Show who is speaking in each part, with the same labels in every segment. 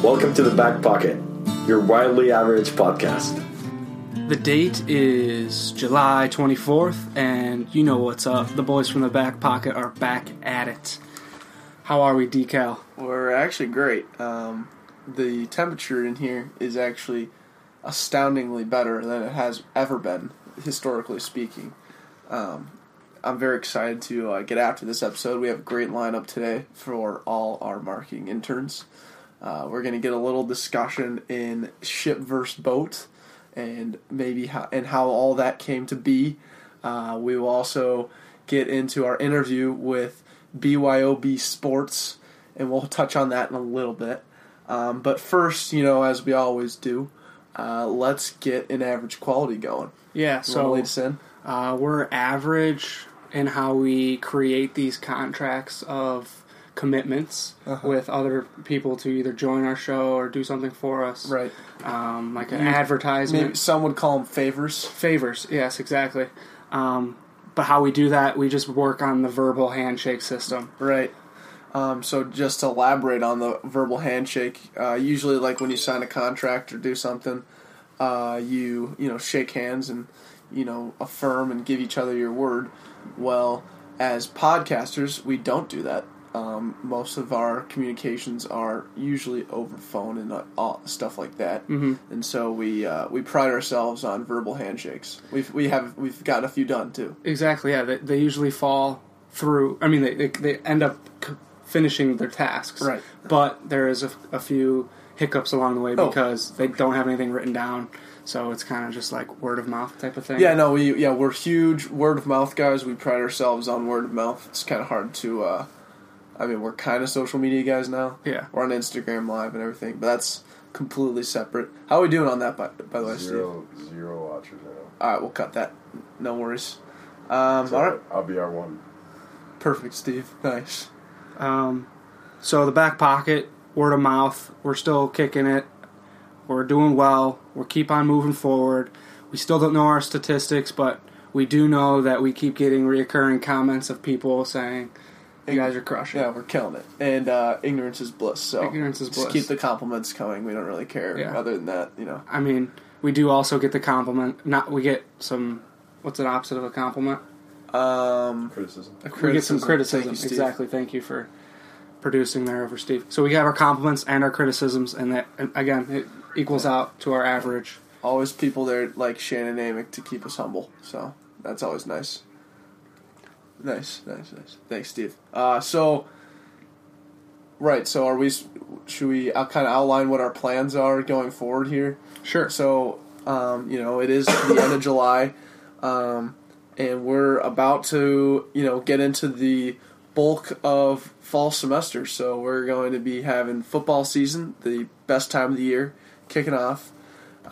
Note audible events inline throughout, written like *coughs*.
Speaker 1: Welcome to the Back Pocket, your wildly average podcast.
Speaker 2: The date is July 24th, and you know what's up. The boys from the back pocket are back at it. How are we, Decal?
Speaker 3: We're actually great. Um, the temperature in here is actually astoundingly better than it has ever been, historically speaking. Um, I'm very excited to uh, get after this episode. We have a great lineup today for all our marketing interns. Uh, we're going to get a little discussion in ship versus boat, and maybe how and how all that came to be. Uh, we will also get into our interview with BYOB Sports, and we'll touch on that in a little bit. Um, but first, you know, as we always do, uh, let's get an average quality going.
Speaker 2: Yeah,
Speaker 3: So
Speaker 2: so uh, we're average in how we create these contracts of commitments with other people to either join our show or do something for us.
Speaker 3: right?
Speaker 2: Um, like an
Speaker 3: Maybe-
Speaker 2: advertisement.
Speaker 3: Maybe some would call them favors.
Speaker 2: Favors, yes, exactly. Um, but how we do that, we just work on the verbal handshake system.
Speaker 3: Right. Um, so just to elaborate on the verbal handshake, uh, usually like when you sign a contract or do something, uh, you you know shake hands and you know affirm and give each other your word. Well, as podcasters, we don't do that. Um, most of our communications are usually over phone and uh, all, stuff like that, mm-hmm. and so we uh, we pride ourselves on verbal handshakes. We've we have we've gotten a few done too.
Speaker 2: Exactly. Yeah, they, they usually fall through. I mean, they they, they end up c- finishing their tasks.
Speaker 3: Right.
Speaker 2: But there is a, a few hiccups along the way
Speaker 3: Oh.
Speaker 2: because they don't have anything written down, so it's kind of just like word of mouth type of thing.
Speaker 3: Yeah, no, we yeah we're huge word of mouth guys. We pride ourselves on word of mouth. It's kind of hard to, uh, I mean, we're kind of social media guys now.
Speaker 2: Yeah.
Speaker 3: we're on Instagram Live and everything, but that's completely separate. How are we doing on that by, by the way, Steve?
Speaker 4: Zero, zero watchers now.
Speaker 3: All right, we'll cut that. No worries. Um,
Speaker 4: So
Speaker 3: all right,
Speaker 4: I'll be our one.
Speaker 3: perfect, Steve. Nice.
Speaker 2: Um, so the back pocket, word of mouth, we're still kicking it. We're doing well. We keep on moving forward. We still don't know our statistics, but we do know that we keep getting reoccurring comments of people saying, "You guys are crushing."
Speaker 3: Yeah, we're killing it. And uh, ignorance is bliss. So
Speaker 2: Ignorance is
Speaker 3: just
Speaker 2: bliss.
Speaker 3: keep the compliments coming. We don't really care.
Speaker 2: Yeah.
Speaker 3: Other than that, you know,
Speaker 2: I mean, we do also get the compliment. Not we get some. What's an opposite of a compliment?
Speaker 3: um,
Speaker 4: Criticism.
Speaker 3: a
Speaker 2: We get some criticism.
Speaker 3: Thank you, Steve.
Speaker 2: exactly. Thank you for producing there over Steve. So we have our compliments and our criticisms, and that and again it equals out to our average.
Speaker 3: always people there like Shannon Amick to keep us humble. So that's always nice. Nice, nice, nice. Thanks, Steve. Uh, so, right. So, are we? s- Should we uh, kind of outline what our plans are going forward here?
Speaker 2: Sure.
Speaker 3: So, um, you know, it is the end of July, um, and we're about to, you know, get into the bulk of fall semester. So we're going to be having football season, the best time of the year, kicking off,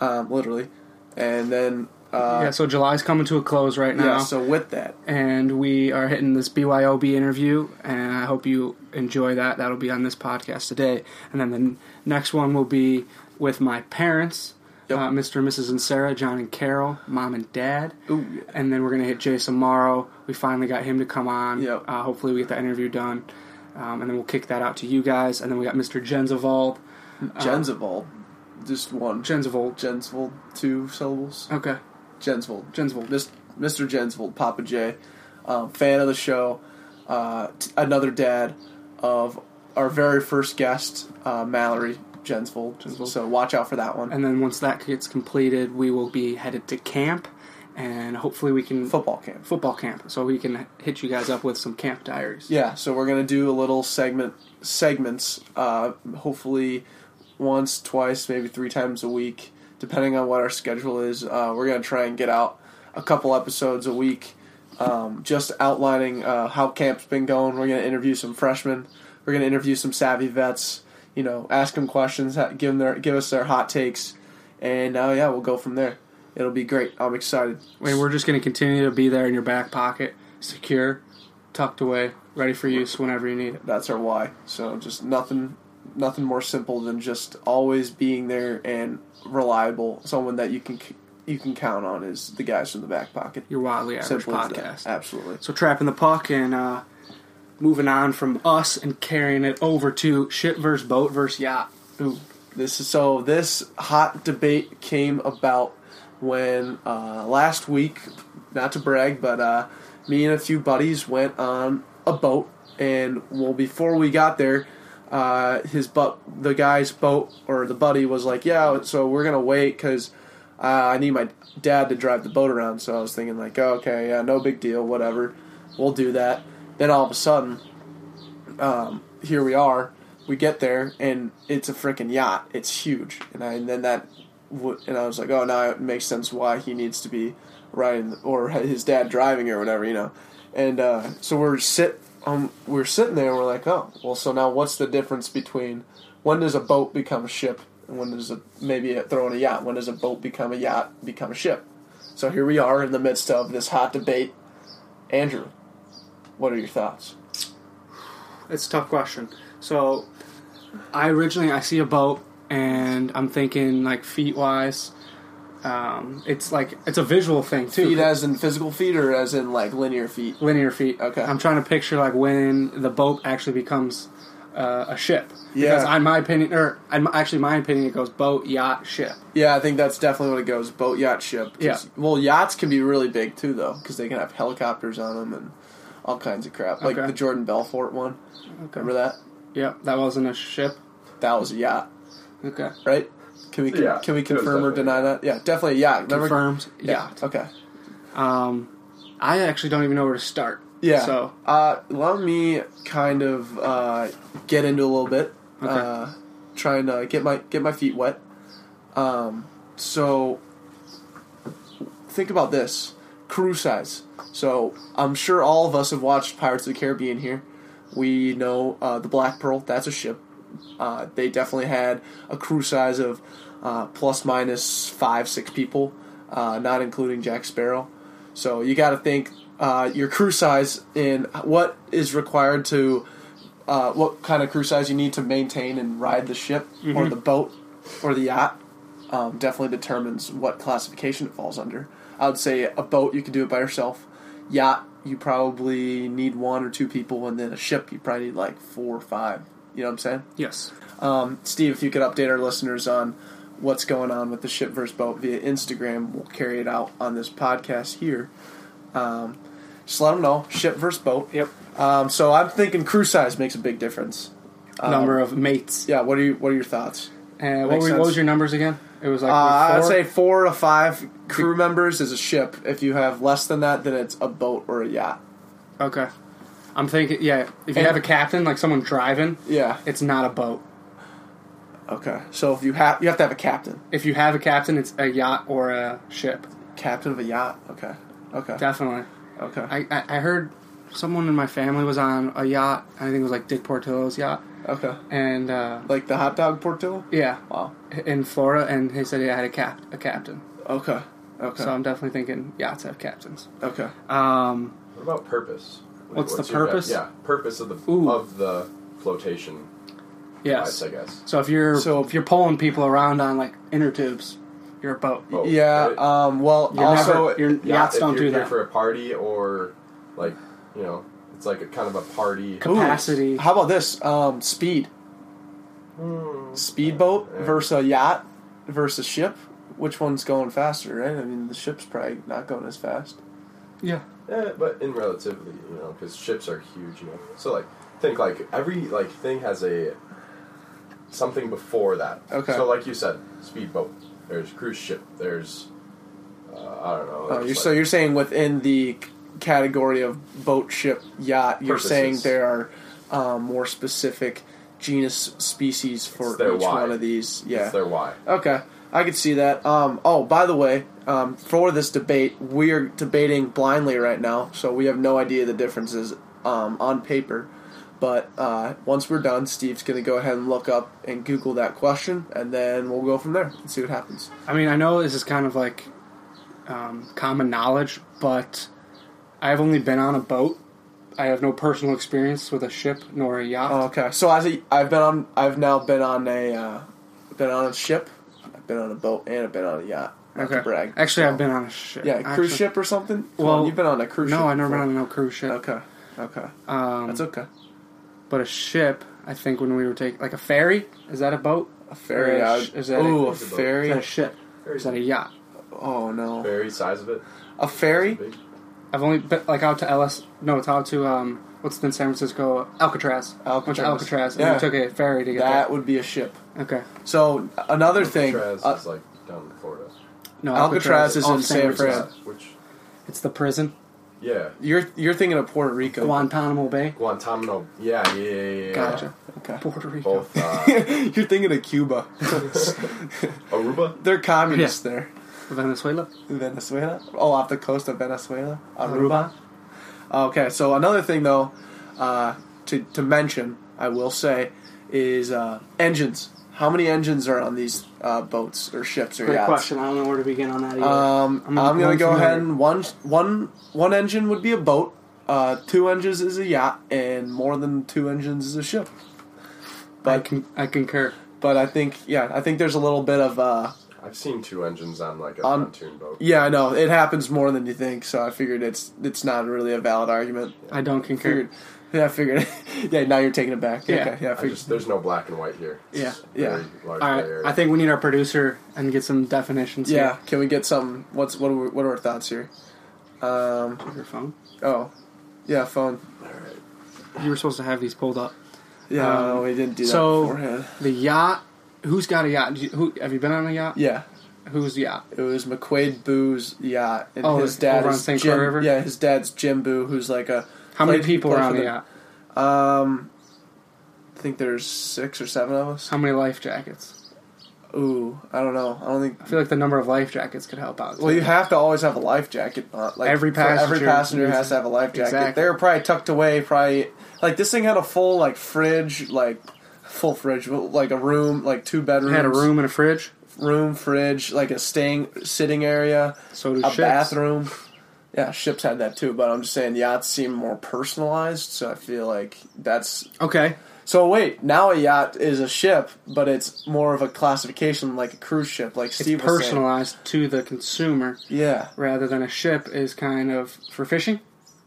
Speaker 3: um, literally, and then uh,
Speaker 2: yeah. So July's coming to a close right now,
Speaker 3: yeah. So with that,
Speaker 2: and we are hitting this BYOB interview, and I hope you enjoy that. That'll be on this podcast today, and then the n- next one will be with my parents.
Speaker 3: Yep.
Speaker 2: Uh, Mr. and Mrs. and Sarah, John and Carol, Mom and Dad.
Speaker 3: ooh,
Speaker 2: and then we're gonna hit Jay Samaro. We finally got him to come on.
Speaker 3: Yep.
Speaker 2: Uh, hopefully, we get that interview done, um, and then we'll kick that out to you guys. And then we got Mr. Jenzavold.
Speaker 3: Gensvold, just one
Speaker 2: Jenzavold.
Speaker 3: Gensvold, two syllables.
Speaker 2: Okay.
Speaker 3: Gensvold,
Speaker 2: Jensvold.
Speaker 3: Mis- Mr. Jensvold, Papa J, um, fan of the show, uh, t- another dad of our very first guest, uh, Mallory Jensvold.
Speaker 2: Jensvold.
Speaker 3: So watch out for that one.
Speaker 2: And then once that gets completed, we will be headed to camp, and hopefully we can
Speaker 3: Football camp.
Speaker 2: football camp, so we can hit you guys up with some camp diaries.
Speaker 3: Yeah, so we're gonna do a little segment segments. Uh, hopefully, once, twice, maybe three times a week, depending on what our schedule is. Uh, we're gonna try and get out a couple episodes a week, um, just outlining uh, how camp's been going. We're gonna interview some freshmen. We're gonna interview some savvy vets. You know, ask them questions, ha- give them their, give us their hot takes, and uh, yeah, we'll go from there. It'll be great. I'm excited.
Speaker 2: And we're just gonna continue to be there in your back pocket, secure, tucked away, ready for use whenever you need it.
Speaker 3: that's our why. So just nothing, nothing more simple than just always being there and reliable. Someone that you can you can count on is the guys from the back pocket.
Speaker 2: Your wildly average
Speaker 3: Simple as that.
Speaker 2: podcast.
Speaker 3: Absolutely.
Speaker 2: So trapping the puck and uh, moving on from us and carrying it over to ship versus boat versus yacht.
Speaker 3: Ooh, This is so. This hot debate came about when uh, last week, not to brag, but uh, me and a few buddies went on a boat, and well, before we got there, uh, his but the guy's boat or the buddy was like, "Yeah, so we're gonna wait because uh, I need my dad to drive the boat around." So I was thinking like, oh, "Okay, yeah, no big deal, whatever, we'll do that." Then all of a sudden, um, here we are. We get there, and it's a freaking yacht. It's huge, and, I, and then that, w- and I was like, "Oh, now it makes sense why he needs to be riding or his dad driving or whatever, you know." And uh, so we're sit um, we're sitting there and we're like, oh, well, so now what's the difference between when does a boat become a ship and when does a maybe a, throw in a yacht? When does a boat become a yacht, become a ship? So here we are in the midst of this hot debate. Andrew, what are your thoughts?
Speaker 2: It's a tough question. So, I originally I see a boat and I'm thinking like feet wise. Um, it's like it's a visual thing too.
Speaker 3: Feet as in physical feet or as in like linear feet?
Speaker 2: linear feet.
Speaker 3: Okay.
Speaker 2: I'm trying to picture like when the boat actually becomes uh, a ship.
Speaker 3: Yeah.
Speaker 2: Because in my opinion, or in my- actually my opinion, it goes boat, yacht, ship.
Speaker 3: Yeah, I think that's definitely what it goes. Boat, yacht, ship. 'Cause-
Speaker 2: Yeah.
Speaker 3: Well, yachts can be really big too, though, because they can have helicopters on them and all kinds of crap, like
Speaker 2: Okay.
Speaker 3: the Jordan Belfort one. Remember that?
Speaker 2: Yep, that wasn't a ship.
Speaker 3: That was a yacht.
Speaker 2: Okay.
Speaker 3: right? Can we
Speaker 4: Yeah,
Speaker 3: can we
Speaker 4: it was
Speaker 3: confirm or
Speaker 4: definitely-
Speaker 3: deny that? Yeah, definitely. Yeah, remember?
Speaker 2: Confirmed.
Speaker 3: Yeah.
Speaker 2: Yacht.
Speaker 3: Okay.
Speaker 2: Um, I actually don't even know where to start.
Speaker 3: Yeah.
Speaker 2: So
Speaker 3: uh, let me kind of uh, get into a little bit,
Speaker 2: Okay.
Speaker 3: uh, trying to get my get my feet wet. Um, so think about this crew size. So I'm sure all of us have watched Pirates of the Caribbean here. We know uh, the Black Pearl. That's a ship. Uh, they definitely had a crew size of uh, plus minus five, six people, uh, not including Jack Sparrow. So you got to think uh, your crew size and what is required to uh, what kind of crew size you need to maintain and ride the ship or the boat or the yacht um, definitely determines what classification it falls under. I would say a boat you can do it by yourself. Yacht you probably need one or two people, and then a ship you probably need like four or five. You know what I'm saying?
Speaker 2: yes.
Speaker 3: Um, Steve, if you could update our listeners on what's going on with the ship versus boat via Instagram, we'll carry it out on this podcast here. Um, just let them know ship versus boat.
Speaker 2: Yep.
Speaker 3: Um, so I'm thinking crew size makes a big difference. Um,
Speaker 2: Number of mates.
Speaker 3: Yeah. What are you? What are your thoughts?
Speaker 2: And what,
Speaker 3: Makes
Speaker 2: were, what was
Speaker 3: sense.
Speaker 2: your numbers again? It was like
Speaker 3: Uh, I'd
Speaker 2: four?
Speaker 3: say four to five crew members is a ship. If you have less than that, then it's a boat or a yacht.
Speaker 2: Okay. I'm thinking. Yeah. If you
Speaker 3: And-
Speaker 2: have a captain, like someone driving,
Speaker 3: Yeah.
Speaker 2: it's not a boat.
Speaker 3: Okay. So if you have, you have to have a captain.
Speaker 2: If you have a captain, it's a yacht or a ship.
Speaker 3: Captain of a yacht. Okay. Okay.
Speaker 2: Definitely.
Speaker 3: okay.
Speaker 2: I, I, I heard someone in my family was on a yacht. I think it was like Dick Portillo's yacht,
Speaker 3: okay.
Speaker 2: and uh,
Speaker 3: Like the hot dog Portillo.
Speaker 2: yeah,
Speaker 3: Wow.
Speaker 2: in Florida, and he said he had a cap a captain.
Speaker 3: Okay. Okay.
Speaker 2: So I'm definitely thinking yachts have captains.
Speaker 3: okay.
Speaker 2: Um,
Speaker 4: What about purpose? What-
Speaker 2: What's the
Speaker 4: your def-
Speaker 2: purpose?
Speaker 4: yeah, purpose of the
Speaker 2: Ooh.
Speaker 4: of the flotation
Speaker 2: yes.
Speaker 4: device, I guess.
Speaker 2: So if you're
Speaker 3: So-
Speaker 2: so if you're pulling people around on like inner tubes, you're a boat.
Speaker 4: Boat,
Speaker 3: Yeah.
Speaker 4: right?
Speaker 3: Um. Well.
Speaker 2: You're
Speaker 3: also.
Speaker 2: never- you're-
Speaker 4: Yeah,
Speaker 2: yachts
Speaker 4: if
Speaker 2: don't
Speaker 4: uh, you're
Speaker 2: do
Speaker 4: here
Speaker 2: that.
Speaker 4: for a party or like you know, it's like a kind of a party.
Speaker 2: Ooh. capacity.
Speaker 3: How about this? Um. Speed.
Speaker 4: Hmm.
Speaker 3: Speedboat
Speaker 4: Yeah.
Speaker 3: versus a yacht versus ship. Which one's going faster? Right. I mean, the ship's probably not going as fast.
Speaker 2: Yeah.
Speaker 4: Yeah, Eh, but in relatively, you know, because ships are huge, you know. So like, think like every like thing has a something before that.
Speaker 3: Okay.
Speaker 4: So like you said, speedboat. There's cruise ship. There's uh, I don't know.
Speaker 3: Oh,
Speaker 4: there's,
Speaker 3: you're,
Speaker 4: like,
Speaker 3: so you're saying within the c- category of boat, ship, yacht, you're
Speaker 4: Purposes.
Speaker 3: saying there are um, more specific genus species for
Speaker 4: It's their
Speaker 3: each
Speaker 4: why.
Speaker 3: one of these. Yeah.
Speaker 4: It's their why.
Speaker 3: Okay, I could see that. Um, oh, by the way, um, for this debate, we are debating blindly right now, so we have no idea the differences um, on paper. But uh, once we're done, Steve's going to go ahead and look up and Google that question, and then we'll go from there and see what happens.
Speaker 2: I mean, I know this is kind of like um, common knowledge, but I've only been on a boat. I have no personal experience with a ship nor a yacht.
Speaker 3: Okay, so as a, I've been on, I've now been on a, uh, been on a ship, I've been on a boat, and I've been on a yacht. Not to
Speaker 2: okay.
Speaker 3: brag.
Speaker 2: Actually,
Speaker 3: So-
Speaker 2: I've been on a ship.
Speaker 3: yeah, cruise
Speaker 2: Actually-
Speaker 3: ship or something. Come
Speaker 2: Well,
Speaker 3: on, you've been on a cruise ship.
Speaker 2: No, I never been
Speaker 3: before.
Speaker 2: on no cruise ship.
Speaker 3: Okay, okay,
Speaker 2: Um,
Speaker 3: that's okay.
Speaker 2: But a ship, I think when we were taking, like a ferry, is that a boat?
Speaker 3: A ferry
Speaker 2: Uh,
Speaker 3: out.
Speaker 2: sh- is that a-
Speaker 3: Ooh, a,
Speaker 4: is it a boat?
Speaker 2: Is
Speaker 3: ferry.
Speaker 2: that a ship? Is that a yacht?
Speaker 3: oh no,
Speaker 4: Very size of it.
Speaker 3: a ferry.
Speaker 4: Big.
Speaker 2: I've only been like out to LS. No, it's out to um, what's in San Francisco? Alcatraz. Went
Speaker 3: Alcatraz.
Speaker 2: to Alcatraz, and
Speaker 3: Yeah.
Speaker 2: we took a ferry to get
Speaker 3: That would be a ship.
Speaker 2: there. Okay.
Speaker 3: So another thing,
Speaker 4: Alcatraz
Speaker 3: uh,
Speaker 4: is like down in Florida.
Speaker 2: No,
Speaker 3: Alcatraz is
Speaker 2: off
Speaker 3: in San
Speaker 4: Which,
Speaker 3: Fran.
Speaker 4: is- which
Speaker 2: It's the prison,
Speaker 4: yeah,
Speaker 3: you're you're thinking of Puerto Rico.
Speaker 2: Guantanamo Bay.
Speaker 4: Guantanamo. Yeah, yeah, yeah, yeah. yeah.
Speaker 2: Gotcha.
Speaker 3: Okay. *laughs*
Speaker 2: Puerto Rico.
Speaker 4: Both uh,
Speaker 3: you're thinking of Cuba. *laughs*
Speaker 4: Aruba.
Speaker 3: They're communists there.
Speaker 2: Venezuela.
Speaker 3: Venezuela. Oh, off the coast of Venezuela, Aruba. Okay, so another thing though, uh, to to mention, I will say, is uh, engines. How many engines are on these uh, boats or ships or
Speaker 2: Great
Speaker 3: yachts?
Speaker 2: question. I don't know where to begin on that either.
Speaker 3: Um, I'm,
Speaker 2: not
Speaker 3: gonna go
Speaker 2: familiar.
Speaker 3: ahead and one one one engine would be a boat, uh, two engines is a yacht, and more than two engines is a ship.
Speaker 2: I,
Speaker 3: But
Speaker 2: con- I concur.
Speaker 3: but I think yeah, I think there's a little bit of uh,
Speaker 4: I've seen two engines on like a
Speaker 2: Um,
Speaker 3: On-
Speaker 4: pontoon boat.
Speaker 3: yeah, I know it happens more than you think. So I figured it's it's not really a valid argument.
Speaker 2: I don't concur.
Speaker 3: Figured, yeah, I figured. *laughs* yeah, now you're taking it back.
Speaker 2: Yeah.
Speaker 3: okay, yeah, I
Speaker 4: I
Speaker 3: figured.
Speaker 4: just, there's no black and white here. It's
Speaker 3: Yeah,
Speaker 4: very Large
Speaker 2: All
Speaker 4: gray
Speaker 2: right.
Speaker 4: area.
Speaker 2: I think we need our producer and get some definitions.
Speaker 3: yeah, can we get some? What's what? Are we, what are our thoughts here? Um,
Speaker 2: Here. Your phone.
Speaker 3: oh, yeah, phone.
Speaker 2: You were supposed to have these pulled up.
Speaker 3: Yeah,
Speaker 2: Um,
Speaker 3: no, we didn't do that
Speaker 2: so-
Speaker 3: beforehand.
Speaker 2: The yacht. Who's got a yacht? Do you- Who have you been on a yacht?
Speaker 3: Yeah,
Speaker 2: Who's yacht?
Speaker 3: It was McQuaid Boo's yacht, and
Speaker 2: Oh,
Speaker 3: his
Speaker 2: over
Speaker 3: dad
Speaker 2: on
Speaker 3: is
Speaker 2: St.
Speaker 3: Jim.
Speaker 2: Clair River?
Speaker 3: Yeah, his dad's Jim Boo, who's like a.
Speaker 2: How many
Speaker 3: played-
Speaker 2: people are
Speaker 3: played
Speaker 2: on
Speaker 3: for
Speaker 2: the
Speaker 3: the-
Speaker 2: yacht?
Speaker 3: Um, I think there's six or seven of us.
Speaker 2: How many life jackets?
Speaker 3: Ooh, I don't know. I don't think.
Speaker 2: I feel like the number of life jackets could help out.
Speaker 3: Well, you have to always have a life jacket. Uh, like
Speaker 2: Every
Speaker 3: for every
Speaker 2: passenger
Speaker 3: passenger
Speaker 2: needs-
Speaker 3: has to have a life jacket.
Speaker 2: Exactly.
Speaker 3: They were probably tucked away. Probably like this thing had a full like fridge, like full fridge, like a room, like two bedrooms,
Speaker 2: had a room and a fridge.
Speaker 3: room, fridge, like a staying sitting area.
Speaker 2: So do
Speaker 3: a
Speaker 2: ships.
Speaker 3: bathroom. Yeah, ships had that too, but I'm just saying yachts seem more personalized, so I feel like that's.
Speaker 2: Okay.
Speaker 3: So wait, now a yacht is a ship, but it's more of a classification like a cruise ship, like Steve
Speaker 2: it's
Speaker 3: was saying.
Speaker 2: personalized to the consumer
Speaker 3: Yeah,
Speaker 2: rather than a ship is kind of for fishing.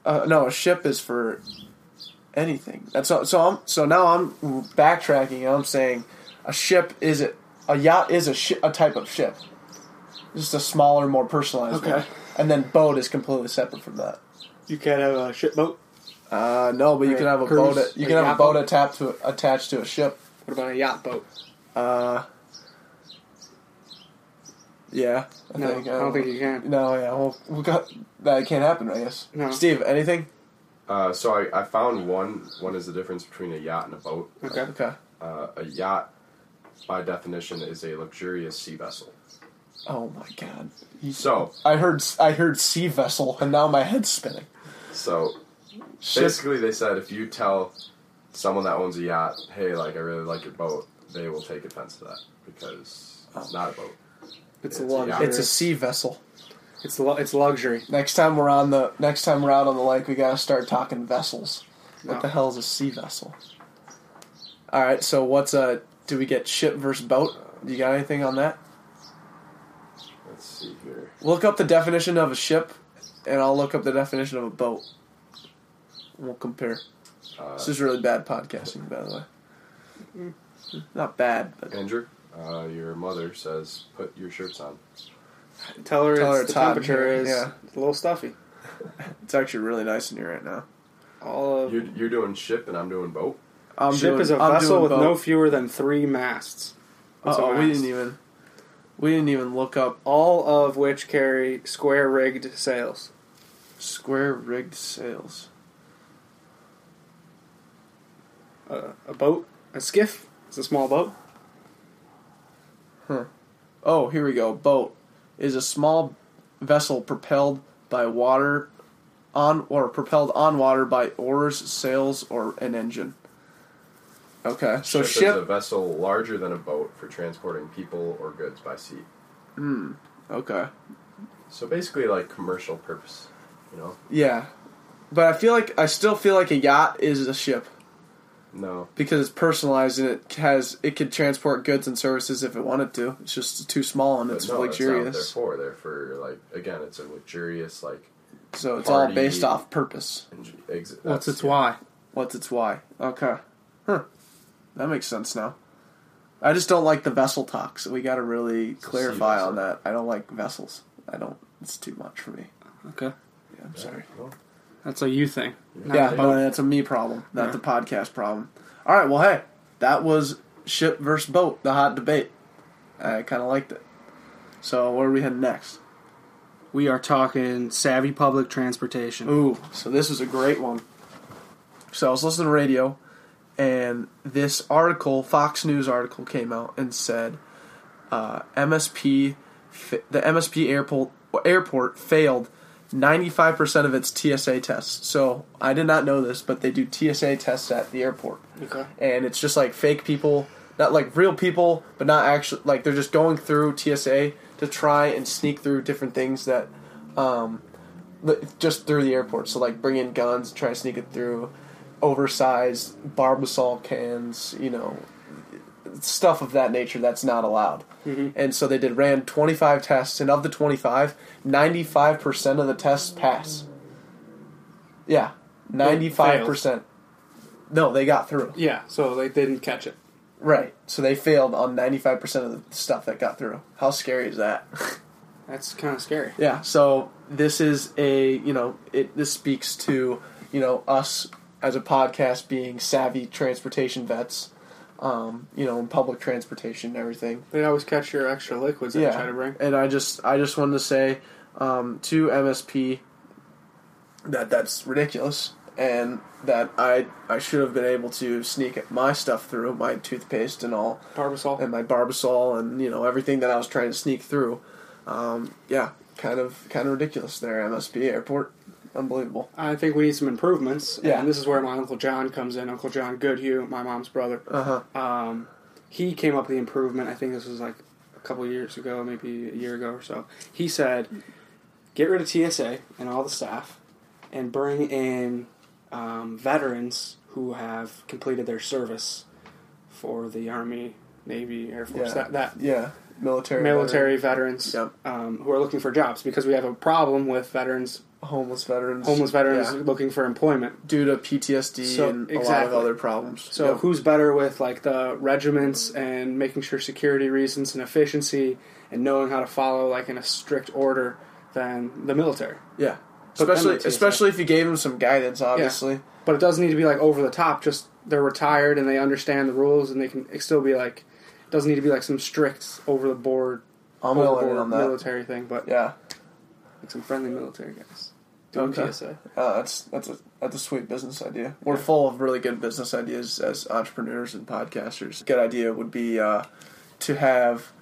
Speaker 3: uh, no, a ship is for anything. That's all, so. I'm so now I'm backtracking. and I'm saying a ship is it a yacht is a shi a type of ship, just a smaller, more personalized one,
Speaker 2: Okay.
Speaker 3: and then boat is completely separate from that.
Speaker 2: You can't have a ship boat.
Speaker 3: Uh, no, but you
Speaker 2: Or
Speaker 3: can have a
Speaker 2: cruise,
Speaker 3: boat. at- You
Speaker 2: or
Speaker 3: can have a
Speaker 2: yacht
Speaker 3: boat
Speaker 2: boat.
Speaker 3: attached to attached to a ship.
Speaker 2: What about a yacht boat?
Speaker 3: Uh, yeah. I uh,
Speaker 2: No, I don't think you can.
Speaker 3: No, yeah. Well, we got that can't happen. I guess.
Speaker 2: No.
Speaker 3: Steve, anything?
Speaker 4: Uh, so I, I found one. One is the difference between a yacht and a boat.
Speaker 2: Okay.
Speaker 3: Okay.
Speaker 4: Uh, a yacht, by definition, is a luxurious sea vessel.
Speaker 3: Oh my god.
Speaker 4: So,
Speaker 3: I heard I heard sea vessel, and now my head's spinning.
Speaker 4: so
Speaker 3: Shit.
Speaker 4: basically, they said if you tell someone that owns a yacht, hey, like I really like your boat, they will take offense to that because it's not a boat.
Speaker 2: It's,
Speaker 4: a
Speaker 2: a
Speaker 4: yacht.
Speaker 2: luxury.
Speaker 3: It's a sea vessel.
Speaker 2: it's lu- it's luxury.
Speaker 3: Next time we're on the next time we're out on the lake, we gotta start talking vessels.
Speaker 2: No.
Speaker 3: What the hell is a sea vessel? All right. So what's a? Do we get ship versus boat? You got anything on that?
Speaker 4: Let's see here.
Speaker 3: Look up the definition of a ship, and I'll look up the definition of a boat. We'll compare.
Speaker 4: Uh,
Speaker 3: This is really bad podcasting, by the way.
Speaker 2: Mm-hmm.
Speaker 3: Not bad, but
Speaker 4: Andrew, uh, your mother says put your shirts on.
Speaker 2: Tell her,
Speaker 3: Tell her
Speaker 2: it's,
Speaker 3: it's
Speaker 2: the
Speaker 3: hot in
Speaker 2: temperature
Speaker 3: here,
Speaker 2: is
Speaker 3: yeah.
Speaker 2: it's a little stuffy.
Speaker 3: it's actually really nice in here right now.
Speaker 2: All of
Speaker 4: You're, you're doing ship and I'm doing boat.
Speaker 3: I'm
Speaker 2: ship
Speaker 3: doing-
Speaker 2: is a
Speaker 3: I'm
Speaker 2: vessel
Speaker 3: doing
Speaker 2: with no
Speaker 3: boat.
Speaker 2: fewer than three masts. What's a
Speaker 3: Uh-oh, we
Speaker 2: mast?
Speaker 3: didn't even. We didn't even look up
Speaker 2: All of which carry square rigged sails.
Speaker 3: square rigged sails.
Speaker 2: Uh, a boat, a skiff. It's a small boat.
Speaker 3: Oh, here we go. Boat is a small vessel propelled by water on or propelled on water by oars, sails, or an engine. Okay, so
Speaker 4: ship,
Speaker 3: ship.
Speaker 4: is a vessel larger than a boat for transporting people or goods by sea.
Speaker 3: okay,
Speaker 4: So basically, like commercial purpose, you know?
Speaker 3: yeah, but I feel like I still feel like a yacht is a ship
Speaker 4: No,
Speaker 3: because it's personalized and it has it could transport goods and services if it wanted to. It's just too small and
Speaker 4: but
Speaker 3: it's
Speaker 4: no, That's
Speaker 3: luxurious,
Speaker 4: not what they're for. They're for like again, it's a luxurious like.
Speaker 3: so it's all
Speaker 4: party-
Speaker 3: based off purpose.
Speaker 4: ing- Ex-
Speaker 2: What's
Speaker 4: that's-
Speaker 2: its
Speaker 4: yeah.
Speaker 2: why?
Speaker 3: What's its why? Okay, huh? That makes sense now. I just don't like the vessel talks. We got to really clarify
Speaker 4: vessel.
Speaker 3: on that. I don't like vessels. I don't. It's too much for me.
Speaker 2: Okay,
Speaker 3: Yeah, I'm sorry.
Speaker 4: Well,
Speaker 2: that's a you thing.
Speaker 4: Yeah.
Speaker 3: Yeah, by the way, that's a me problem, not the podcast problem. All right, well, hey, that was ship versus boat, the hot debate. I kind of liked it. So where are we heading next?
Speaker 2: We are talking savvy public transportation.
Speaker 3: Ooh, so this is a great one. So I was listening to radio, and this article, Fox News article, came out and said uh, MSP, fa- the MSP airport airport failed 95% of its TSA tests. So I did not know this, but they do TSA tests at the airport.
Speaker 2: Okay.
Speaker 3: and it's just like fake people, not like real people, but not actually like they're just going through TSA to try and sneak through different things that, um, li- just through the airport. So like bring in guns, try and sneak it through, oversized barbasol cans, you know, stuff of that nature that's not allowed. And so they did ran 25 tests, and of the 25, 95% of the tests pass. Yeah, 95%. No, they got through.
Speaker 2: Yeah, so they didn't catch it.
Speaker 3: Right. So they failed on 95% of the stuff that got through. How scary is that? *laughs*
Speaker 2: That's kind of scary.
Speaker 3: yeah. So this is a, you know, it this speaks to, you know, us as a podcast being savvy transportation vets, um, you know, in public transportation and everything.
Speaker 2: They always catch your extra liquids
Speaker 3: yeah. And I just I just wanted to say um, to MSP that that's ridiculous and that I I should have been able to sneak my stuff through, my toothpaste and all.
Speaker 2: Barbasol.
Speaker 3: and my barbasol and you know everything that I was trying to sneak through. Um, yeah, kind of kind of ridiculous there. MSP airport, unbelievable.
Speaker 2: I think we need some improvements.
Speaker 3: Yeah.
Speaker 2: And this is where my Uncle John comes in. Uncle John Goodhue, my mom's brother.
Speaker 3: Uh huh.
Speaker 2: Um, he came up with the improvement. I think this was like a couple years ago, maybe a year ago or so. He said, get rid of TSA and all the staff and bring in um, veterans who have completed their service for the Army, Navy, Air Force,
Speaker 3: Yeah.
Speaker 2: that, that
Speaker 3: Yeah, military,
Speaker 2: military veterans
Speaker 3: Yep.
Speaker 2: um, who are looking for jobs because we have a problem with veterans,
Speaker 3: veteran, homeless veterans,
Speaker 2: homeless veterans
Speaker 3: yeah,
Speaker 2: looking for employment.
Speaker 3: due to PTSD
Speaker 2: So,
Speaker 3: and a lot of
Speaker 2: exactly.
Speaker 3: other problems.
Speaker 2: So
Speaker 3: Yep.
Speaker 2: who's better with like the regiments and making sure security reasons and efficiency and knowing how to follow like in a strict order than the military?
Speaker 3: yeah,
Speaker 2: Put them
Speaker 3: especially
Speaker 2: in TSA.
Speaker 3: especially if you gave them some guidance, obviously.
Speaker 2: But it does need to be like over the top. Just they're retired and they understand the rules and they can still be like. It doesn't need to be like some strict over the board
Speaker 3: I'm all in
Speaker 2: overboard
Speaker 3: on that.
Speaker 2: military thing, but
Speaker 3: Yeah,
Speaker 2: like some friendly military guys. Doing
Speaker 3: Okay.
Speaker 2: TSA.
Speaker 3: uh, that's that's a that's a sweet business idea. We're full of really good business ideas as entrepreneurs and podcasters. Good idea would be uh, to have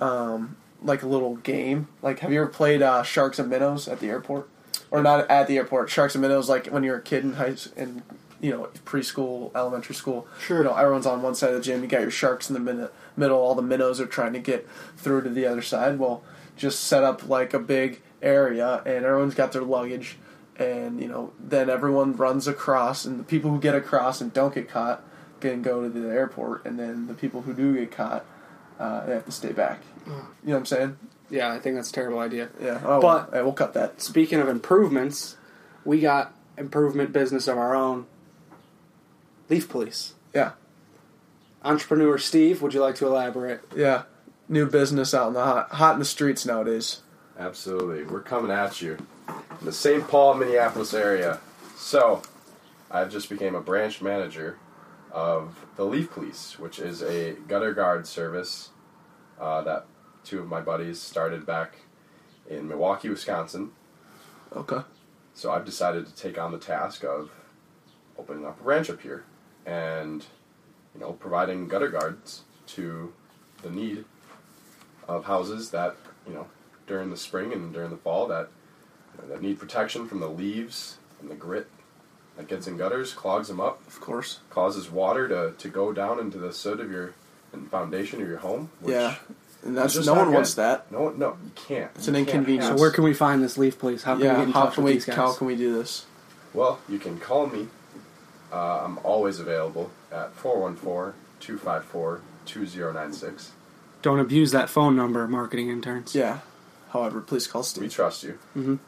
Speaker 3: um, like a little game. Like, have you ever played uh, Sharks and Minnows at the airport? Or not at the airport? Sharks and Minnows, like when you're a kid in high s- in you know preschool, elementary school.
Speaker 2: Sure.
Speaker 3: You know, everyone's on one side of the gym. You got your sharks in the min- middle. All the minnows are trying to get through to the other side. Well, just set up like a big area, and everyone's got their luggage. And you know, then everyone runs across, and the people who get across and don't get caught can go to the airport, and then the people who do get caught uh, they have to stay back. You know what I'm saying?
Speaker 2: Yeah, I think that's a terrible idea.
Speaker 3: Yeah. Oh,
Speaker 2: But-
Speaker 3: well, hey, we'll cut that.
Speaker 2: Speaking of improvements, we got improvement business of our own. Leaf Police.
Speaker 3: Yeah.
Speaker 2: Entrepreneur Steve, would you like to elaborate?
Speaker 3: Yeah. New business out in the hot, hot in the streets nowadays.
Speaker 4: Absolutely. We're coming at you. In the St. Paul, Minneapolis area. So, I've just became a branch manager of the Leaf Police, which is a gutter guard service uh, that two of my buddies started back in Milwaukee, Wisconsin.
Speaker 3: Okay.
Speaker 4: So I've decided to take on the task of opening up a ranch up here and, you know, providing gutter guards to the need of houses that, you know, during the spring and during the fall that, you know, that need protection from the leaves and the grit that gets in gutters, clogs them up,
Speaker 3: Of course.
Speaker 4: causes water to, to go down into the soot of your and foundation of your home. Which
Speaker 3: yeah. And that's
Speaker 4: just
Speaker 3: no
Speaker 4: not
Speaker 3: one
Speaker 4: good.
Speaker 3: wants that.
Speaker 4: No, one- no, you can't.
Speaker 3: It's an
Speaker 4: You can't.
Speaker 3: inconvenience.
Speaker 2: So where can we find this Leaf Police? How can we
Speaker 3: yeah.
Speaker 2: get in
Speaker 3: how
Speaker 2: touch
Speaker 3: can
Speaker 2: with
Speaker 3: we
Speaker 2: these guys?
Speaker 3: how can we do this?
Speaker 4: Well, you can call me. Uh, I'm always available at 414 254 2096.
Speaker 2: Don't abuse that phone number, marketing interns.
Speaker 3: Yeah. However, please call
Speaker 4: We
Speaker 3: Steve.
Speaker 4: trust you.
Speaker 2: Mhm.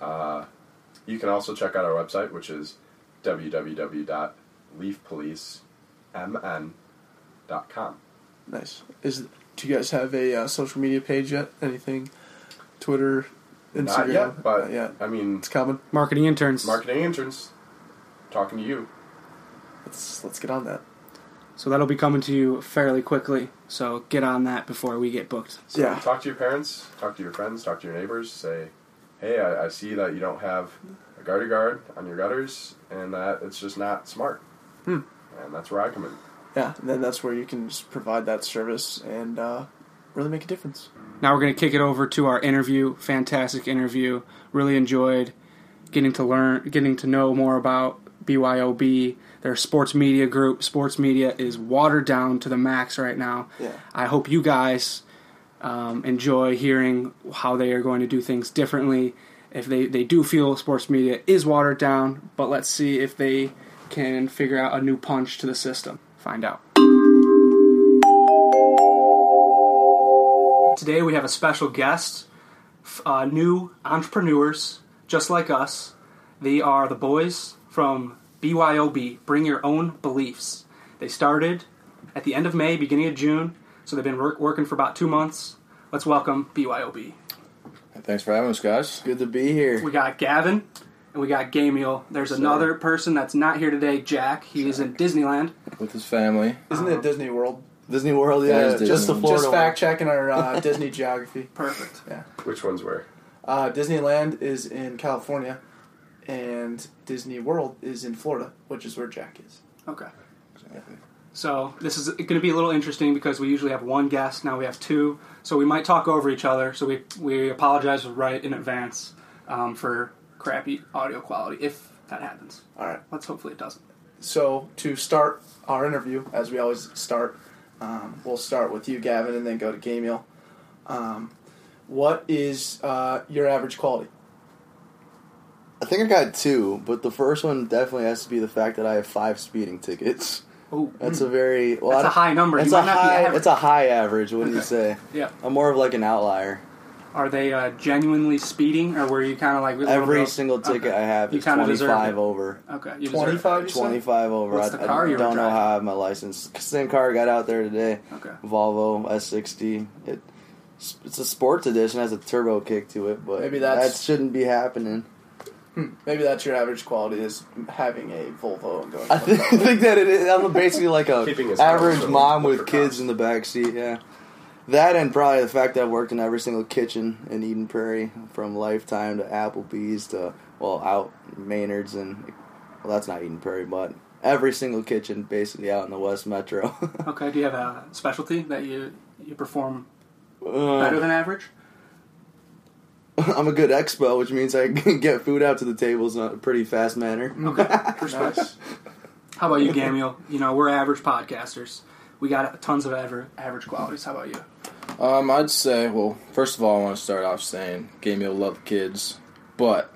Speaker 4: Uh, you can also check out our website, which is www.leafpolicemn.com.
Speaker 5: Nice. Is do you guys have a uh, social media page yet? Anything? Twitter, Instagram?
Speaker 4: Not yet, but
Speaker 5: Not yet.
Speaker 4: I mean,
Speaker 5: It's coming.
Speaker 2: Marketing interns.
Speaker 4: marketing interns talking to you.
Speaker 5: Let's let's get on that.
Speaker 2: So that'll be coming to you fairly quickly. So get on that before we get booked.
Speaker 4: So
Speaker 5: Yeah.
Speaker 4: talk to your parents, talk to your friends, talk to your neighbors. Say, hey, I, I see that you don't have a gutter guard on your gutters, and that it's just not smart.
Speaker 5: Hmm.
Speaker 4: And that's where I come in.
Speaker 5: Yeah, and then that's where you can just provide that service and uh, really make a difference.
Speaker 2: Now we're going to kick it over to our interview. Fantastic interview. Really enjoyed getting to learn, getting to know more about BYOB, their sports media group. Sports media is watered down to the max right now.
Speaker 5: Yeah.
Speaker 2: I hope you guys um, enjoy hearing how they are going to do things differently. If they, they do feel sports media is watered down, but let's see if they can figure out a new punch to the system. Find out. Today we have a special guest, f- uh, new entrepreneurs just like us. They are the boys from BYOB, Bring Your Own Beliefs. They started at the end of May, beginning of June, so they've been work- working for about two months. Let's welcome BYOB.
Speaker 3: Thanks for having us, guys.
Speaker 5: Good to be here.
Speaker 2: We got Gavin and we got Gamiel. There's another person that's not here today, Jack. He is in Disneyland.
Speaker 3: With his family.
Speaker 5: Isn't it Disney World?
Speaker 6: Disney World,
Speaker 3: That
Speaker 6: yeah,
Speaker 3: is Disney.
Speaker 6: just the Florida
Speaker 5: Just fact checking our
Speaker 6: *laughs*
Speaker 5: uh, Disney geography.
Speaker 2: Perfect.
Speaker 4: Which one's where?
Speaker 5: Uh, Disneyland is in California, and Disney World is in Florida, which is where Jack is.
Speaker 2: Okay.
Speaker 3: Exactly.
Speaker 2: So this is going to be a little interesting because we usually have one guest. Now we have two, so we might talk over each other. So we we apologize right in advance um, for crappy audio quality if that happens.
Speaker 5: All right.
Speaker 2: Let's hopefully it doesn't.
Speaker 5: So to start our interview, as we always start, um, we'll start with you, Gavin, and then go to Gamiel. Um, what is uh, your average quality?
Speaker 6: I think I got two, but the first one definitely has to be the fact that I have five speeding tickets. *laughs*
Speaker 2: Oh,
Speaker 6: That's a very well,
Speaker 2: that's
Speaker 6: I
Speaker 2: a high number.
Speaker 6: It's
Speaker 2: you
Speaker 6: a
Speaker 2: might not be
Speaker 6: high.
Speaker 2: average.
Speaker 6: It's a high average. Wouldn't
Speaker 2: *laughs*
Speaker 6: you
Speaker 2: Okay.
Speaker 6: say?
Speaker 2: Yeah.
Speaker 6: I'm more of like an outlier.
Speaker 2: Are they uh, genuinely speeding, or were you kind of like little
Speaker 6: Every
Speaker 2: bro-
Speaker 6: single ticket
Speaker 2: Okay.
Speaker 6: I have
Speaker 2: You
Speaker 6: is
Speaker 2: kinda deserve
Speaker 6: 25 over.
Speaker 2: Okay, you deserve it.
Speaker 5: 25? you said?
Speaker 6: 25 over.
Speaker 2: What's
Speaker 6: I,
Speaker 2: the car
Speaker 6: I
Speaker 2: you were
Speaker 6: don't know
Speaker 2: driving?
Speaker 6: how I have my license. Same car I got out there today.
Speaker 2: Okay.
Speaker 6: Volvo S60. It, it's a sports edition. Has a turbo kick to it, but
Speaker 5: Maybe that's-
Speaker 6: that shouldn't be happening.
Speaker 5: Maybe that's your average quality is having a Volvo and going.
Speaker 6: I thi- *laughs* think that it is. I'm basically like
Speaker 4: *laughs*
Speaker 6: a
Speaker 4: Keeping his house,
Speaker 6: average
Speaker 4: so
Speaker 6: mom
Speaker 4: look
Speaker 6: with
Speaker 4: for
Speaker 6: kids
Speaker 4: cops.
Speaker 6: in the back seat. Yeah, that and probably the fact that I worked in every single kitchen in Eden Prairie, from Lifetime to Applebee's to well out Maynard's and well that's not Eden Prairie, but every single kitchen basically out in the West Metro. *laughs*
Speaker 2: Okay, do you have a specialty that you you perform better
Speaker 6: Uh,
Speaker 2: than average?
Speaker 6: *laughs* I'm a good expo, which means I *laughs* can get food out to the tables in a pretty fast manner.
Speaker 2: *laughs* Respect. How about you, Gamiel? You know, we're average podcasters. We got tons of aver- average qualities. How about you?
Speaker 3: Um, I'd say, well, first of all, I want to start off saying Gamiel love kids, but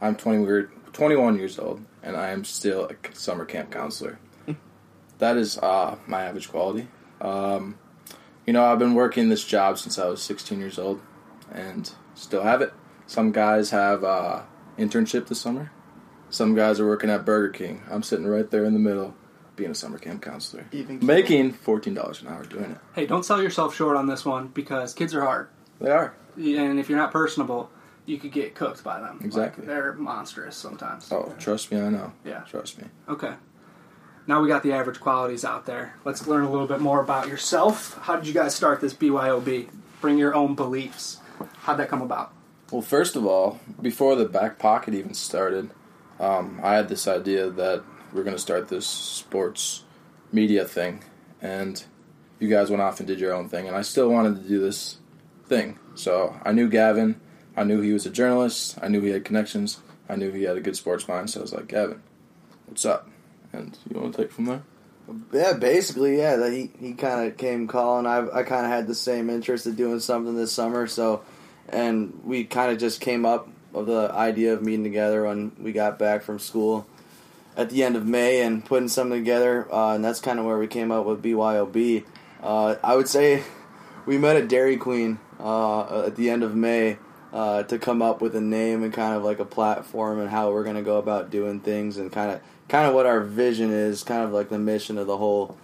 Speaker 3: I'm 20 weird, 21 years old, and I am still a summer camp counselor. that is uh, my average quality. Um, you know, I've been working this job since I was 16 years old, and still have it. Some guys have uh, internship this summer. Some guys are working at Burger King. I'm sitting right there in the middle, being a summer camp counselor,
Speaker 5: Even keel.
Speaker 3: making $14 an hour doing it.
Speaker 2: Hey, don't sell yourself short on this one because kids are hard,
Speaker 3: They are.
Speaker 2: and if you're not personable, you could get cooked by them. Like,
Speaker 3: Exactly.
Speaker 2: they're monstrous sometimes.
Speaker 3: Oh, trust me, I know.
Speaker 2: Yeah.
Speaker 3: Trust me.
Speaker 2: Okay. Now we got the average qualities out there. Let's learn a little bit more about yourself. How did you guys start this BYOB? Bring your own beliefs. How'd that come about?
Speaker 3: Well, first of all, before the back pocket even started, um, I had this idea that we're going to start this sports media thing, and you guys went off and did your own thing, and I still wanted to do this thing. So I knew Gavin, I knew he was a journalist, I knew he had connections, I knew he had a good sports mind. So I was like, Gavin, what's up? And you want to take it from there?
Speaker 6: Yeah, basically, yeah. That he he kind of came calling. I I kind of had the same interest of doing something this summer, so and we kind of just came up of the idea of meeting together when we got back from school at the end of May and putting something together, uh, and that's kind of where we came up with BYOB. Uh, I would say we met at Dairy Queen uh, at the end of May uh, to come up with a name and kind of like a platform and how we're going to go about doing things and kind of kind of what our vision is, kind of like the mission of the whole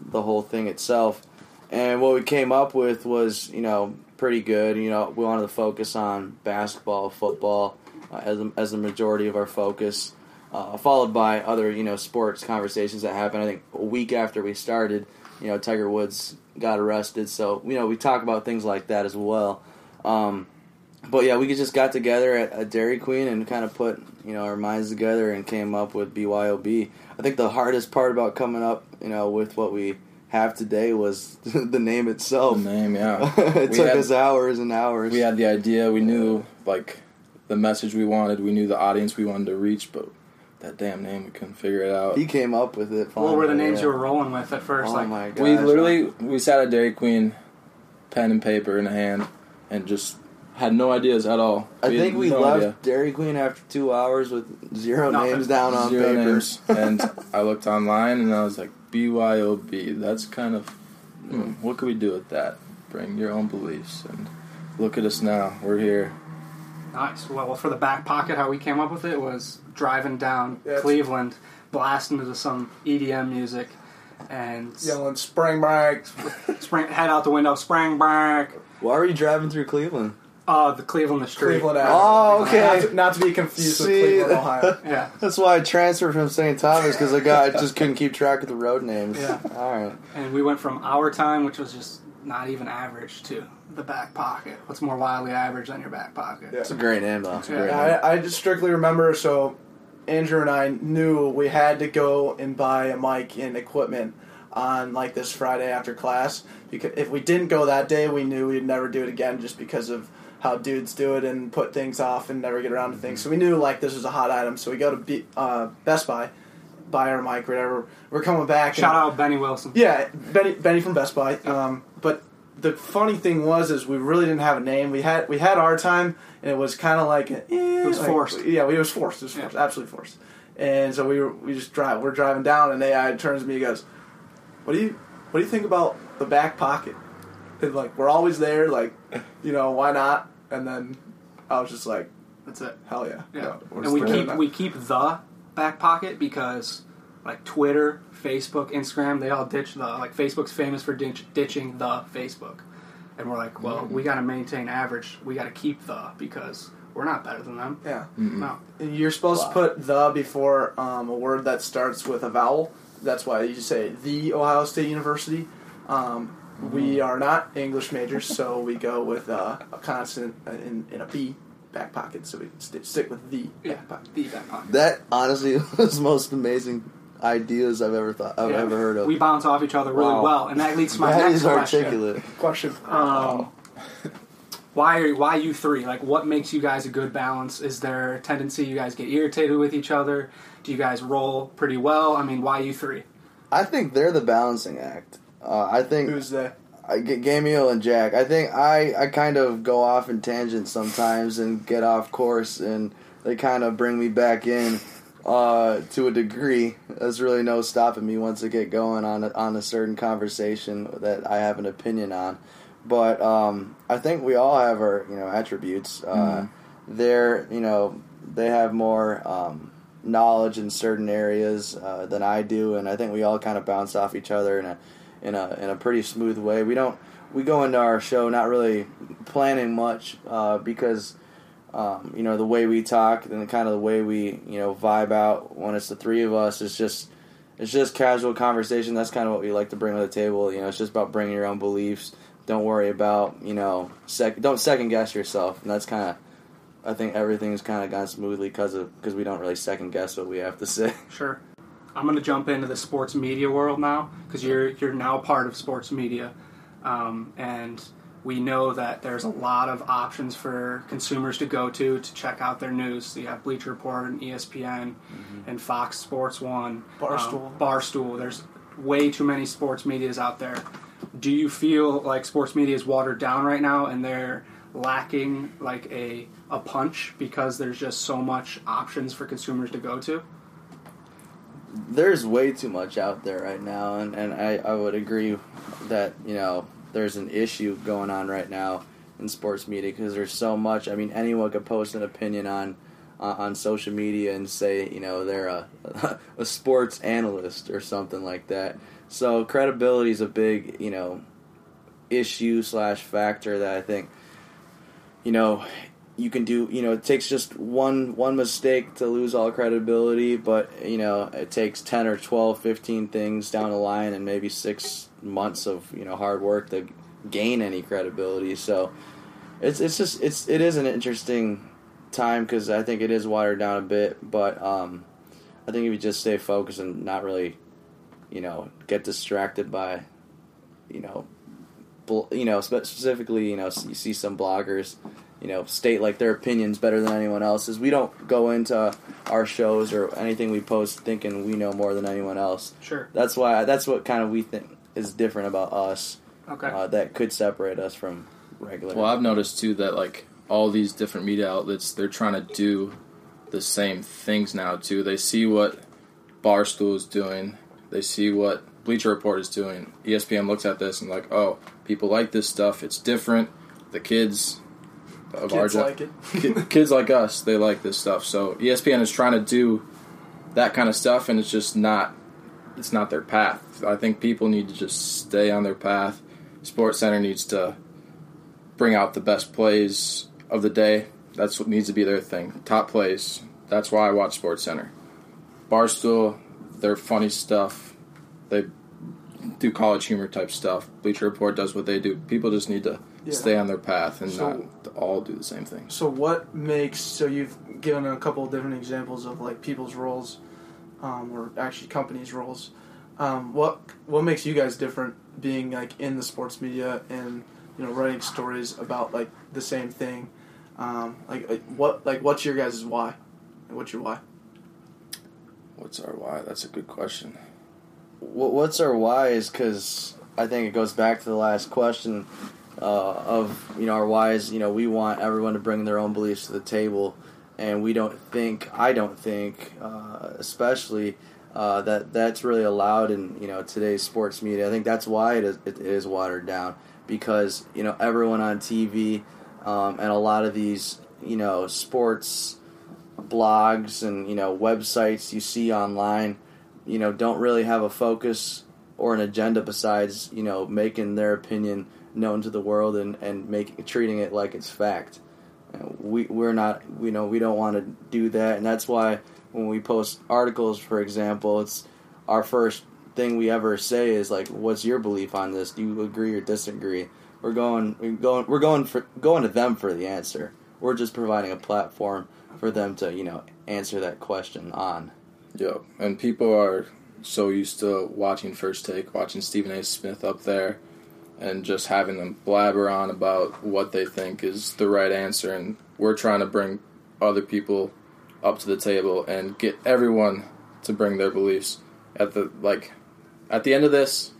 Speaker 6: the whole thing itself. And what we came up with was, you know, pretty good. You know, we wanted to focus on basketball, football uh, as, a, as the majority of our focus, uh, followed by other, you know, sports conversations that happened. I think a week after we started, you know, Tiger Woods got arrested. So, you know, we talk about things like that as well. Um, but yeah, we just got together at, at Dairy Queen and kind of put you know our minds together and came up with BYOB. I think the hardest part about coming up, you know, with what we have today was *laughs* the name itself.
Speaker 3: The name, Oh, yeah.
Speaker 6: *laughs* it
Speaker 3: We
Speaker 6: took
Speaker 3: had-
Speaker 6: us hours and hours.
Speaker 3: We had the idea. We knew like the message we wanted. We knew the audience we wanted to reach, but that damn name we couldn't figure it out.
Speaker 6: he came up with it. Finally,
Speaker 2: What were the names
Speaker 6: Oh, yeah.
Speaker 2: you were rolling with at first?
Speaker 6: Oh
Speaker 2: like,
Speaker 6: my god!
Speaker 3: we literally we sat at Dairy Queen, pen and paper in hand, and just had no ideas at all.
Speaker 6: I
Speaker 3: had
Speaker 6: think we
Speaker 3: no
Speaker 6: left
Speaker 3: idea.
Speaker 6: Dairy Queen after two hours with zero
Speaker 2: Nothing.
Speaker 6: names down on
Speaker 3: zero
Speaker 6: paper. *laughs*
Speaker 3: names, and I looked online and I was like, BYOB. That's kind of hmm, what could we do with that? Bring your own beliefs and look at us now. We're here.
Speaker 2: Nice. Well, well, for the back pocket, how we came up with it was driving down
Speaker 5: Yeah, it's-
Speaker 2: Cleveland, blasting into some EDM music, and s-
Speaker 5: Yelling spring break.
Speaker 2: spring head out the window, spring back.
Speaker 6: Why were you driving through Cleveland?
Speaker 2: Uh, the Cleveland the street.
Speaker 3: uh,
Speaker 5: Cleveland.
Speaker 6: Oh,
Speaker 5: Ohio. Not
Speaker 6: okay.
Speaker 5: to, not to be confused
Speaker 6: See?
Speaker 5: with
Speaker 6: *laughs*
Speaker 5: Cleveland, Ohio.
Speaker 2: Yeah,
Speaker 6: That's why I transferred from St. Thomas because the guy just couldn't keep track of the road names.
Speaker 2: Yeah.
Speaker 6: All right.
Speaker 2: and we went from our time, which was just not even average, to the back pocket. What's more wildly average than your back pocket?
Speaker 5: Yeah.
Speaker 6: It's a great name though.
Speaker 2: a great
Speaker 5: Yeah, I, I just strictly remember. So Andrew and I knew we had to go and buy a mic and equipment on like this Friday after class. Because if we didn't go that day, we knew we'd never do it again, just because of how dudes do it and put things off and never get around to things. So we knew like this was a hot item. So we go to B, uh, Best Buy, buy our mic, whatever. We're coming back. and-
Speaker 2: Shout out Benny Wilson.
Speaker 5: yeah, Benny, Benny from Best Buy. Um, but the funny thing was, is we really didn't have a name. We had we had our time, and it was kind of like eh, it
Speaker 2: was forced.
Speaker 5: Yeah, we, it was forced. It was forced, absolutely forced. And so we were, we just drive. We're driving down, and AI turns to me and goes, "What do you what do you think about the back pocket?" And like we're always there, like you know why not? And then I was just like,
Speaker 2: That's it.
Speaker 5: "Hell yeah!"
Speaker 2: Yeah,
Speaker 5: we're
Speaker 2: and we
Speaker 5: doing
Speaker 2: keep
Speaker 5: that.
Speaker 2: we keep the back pocket because like Twitter, Facebook, Instagram, they all ditch the like Facebook's famous for ditch, ditching the Facebook, and we're like, well,
Speaker 6: Mm-hmm.
Speaker 2: we got to maintain average. We got to keep the because we're not better than them.
Speaker 5: yeah.
Speaker 2: No,
Speaker 5: You're supposed
Speaker 6: Wow.
Speaker 5: to put the before um, a word that starts with a vowel. That's why you say the Ohio State University. Um, We are not English majors, so we go with uh, a consonant in, in a B back pocket, so we st- stick with the
Speaker 2: yeah,
Speaker 5: back pocket.
Speaker 2: the back pocket.
Speaker 6: That honestly *laughs* was the most amazing ideas I've ever thought I've
Speaker 2: Yeah.
Speaker 6: ever heard of.
Speaker 2: We bounce off each other really
Speaker 6: Wow.
Speaker 2: well, and that leads to my
Speaker 6: *laughs* that
Speaker 2: next
Speaker 6: is
Speaker 2: question.
Speaker 6: articulate.
Speaker 5: Question.
Speaker 2: Um, why are why you three? Like, what makes you guys a good balance? Is there a tendency you guys get irritated with each other? Do you guys roll pretty well? I mean, why you three?
Speaker 6: I think they're the balancing act. Uh, I think
Speaker 5: Who's the
Speaker 6: I get Gamio and Jack. I think I, I kind of go off in tangents sometimes and get off course, and they kind of bring me back in uh, to a degree. There's really no stopping me once I get going on a, on a certain conversation that I have an opinion on. But um, I think we all have our you know attributes. Uh, They're you know they have more um, knowledge in certain areas uh, than I do, and I think we all kind of bounce off each other in a in a in a pretty smooth way. We don't we go into our show not really planning much uh, because um, you know the way we talk and the kind of the way we you know vibe out when it's the three of us is just it's just casual conversation. That's kind of what we like to bring to the table. You know, it's just about bringing your own beliefs. Don't worry about you know sec- don't second guess yourself, and that's kind of. I think everything's kind of gone smoothly because of because we don't really second guess what we have to *laughs* say.
Speaker 2: Sure. I'm going to jump into the sports media world now because you're you're now part of sports media, um, and we know that there's a lot of options for consumers to go to to check out their news. So you have Bleacher Report and E ESPN and Fox Sports One, Um,
Speaker 5: Barstool.
Speaker 2: Barstool. There's way too many sports medias out there. Do you feel like sports media is watered down right now and they're lacking like a a punch because there's just so much options for consumers to go to?
Speaker 6: there's way too much out there right now, and, and I, I would agree that, you know, there's an issue going on right now in sports media because there's so much. I mean, anyone could post an opinion on uh, on social media and say, you know, they're a, a *laughs* sports analyst or something like that. So credibility is a big, you know, issue slash factor that I think, you know, you can do. You know, it takes just one one mistake to lose all credibility, but you know, it takes ten or 12, 15 things down the line, and maybe six months of you know hard work to gain any credibility. So it's it's just it's it is an interesting time because I think it is watered down a bit, but um, I think if you just stay focused and not really, you know, get distracted by, you know, bl- you know spe- specifically, you know, s- you see some bloggers, you know, state like their opinions better than anyone else's. We don't go into our shows or anything we post thinking we know more than anyone else.
Speaker 2: Sure.
Speaker 6: That's why that's what kind of we think is different about us
Speaker 2: Okay.
Speaker 6: uh, that could separate us from regular.
Speaker 3: Well, I've noticed too that like all these different media outlets, they're trying to do the same things now too. They see what Barstool is doing, they see what Bleacher Report is doing. E ESPN looks at this and like, oh, people like this stuff. It's different. The kids of our
Speaker 5: Kids
Speaker 3: gen-
Speaker 5: like it.
Speaker 3: ki- kids like us, they like this stuff. So E ESPN is trying to do that kind of stuff, and it's just not it's not their path. I think people need to just stay on their path. Sports Center needs to bring out the best plays of the day. That's what needs to be their thing. Top plays. That's why I watch Sports Center. Barstool, they're funny stuff. They do college humor type stuff. Bleacher Report does what they do. People just need to
Speaker 5: Yeah.
Speaker 3: stay on their path and
Speaker 5: So-
Speaker 3: not all do the same thing.
Speaker 5: So what makes so you've given a couple of different examples of like people's roles, um, or actually companies' roles. Um, what what makes you guys different being like in the sports media and you know writing stories about like the same thing? Um, like, like what like what's your guys' why? What's your why?
Speaker 3: What's our why? That's a good question.
Speaker 6: Wh- what's our why is because I think it goes back to the last question uh, of you know our why is you know we want everyone to bring their own beliefs to the table, and we don't think I don't think uh, especially uh, that that's really allowed in you know today's sports media. I think that's why it is it is watered down because you know everyone on TV um, and a lot of these you know sports blogs and you know websites you see online you know don't really have a focus or an agenda besides you know making their opinion known to the world and and make treating it like it's fact You know, we we're not you know we don't want to do that and that's why when we post articles for example it's our first thing we ever say is like what's your belief on this do you agree or disagree we're going we're going we're going for going to them for the answer we're just providing a platform for them to you know answer that question on
Speaker 3: Yeah, and people are so used to watching First Take, watching Stephen A. Smith up there, and just having them blabber on about what they think is the right answer. And we're trying to bring other people up to the table and get everyone to bring their beliefs. At the like, at the end of this,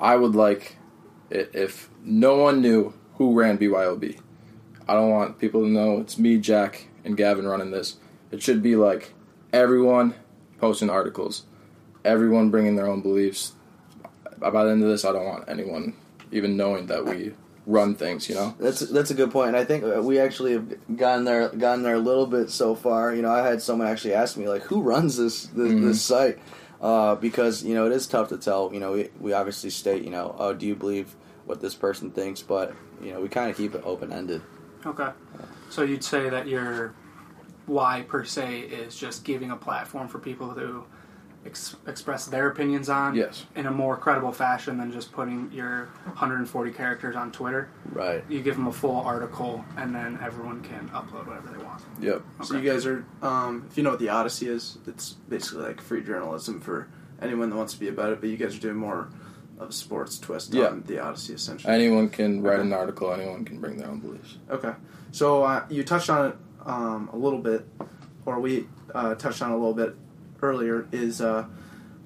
Speaker 3: I would like i- if no one knew who ran BYOB. I don't want people to know it's me, Jack, and Gavin running this. It should be like everyone posting articles, everyone bringing their own beliefs. By the end of this, I don't want anyone even knowing that we run things. You know,
Speaker 6: That's that's a good point, and I think uh, we actually have gotten there gotten there a little bit so far. You know, I had someone actually ask me like, "Who runs this this, this site?" Uh, because you know it is tough to tell. You know, we we obviously state you know, oh, do you believe what this person thinks? But you know, we kind of keep it open ended.
Speaker 2: Okay. So you'd say that your why per se is just giving a platform for people to ex- express their opinions on
Speaker 3: Yes.
Speaker 2: in a more credible fashion than just putting your 140 characters on Twitter.
Speaker 6: Right.
Speaker 2: You give them a full article, and then everyone can upload whatever they want.
Speaker 3: yep.
Speaker 5: So you guys are, um, if you know what the Odyssey is, it's basically like free journalism for anyone that wants to be about it. But you guys are doing more of a sports twist
Speaker 3: Yeah.
Speaker 5: on the Odyssey, essentially.
Speaker 3: Anyone can write an article. Anyone can bring their own beliefs.
Speaker 5: Okay. So uh, you touched on it um, a little bit, or we uh, touched on it a little bit earlier, is uh,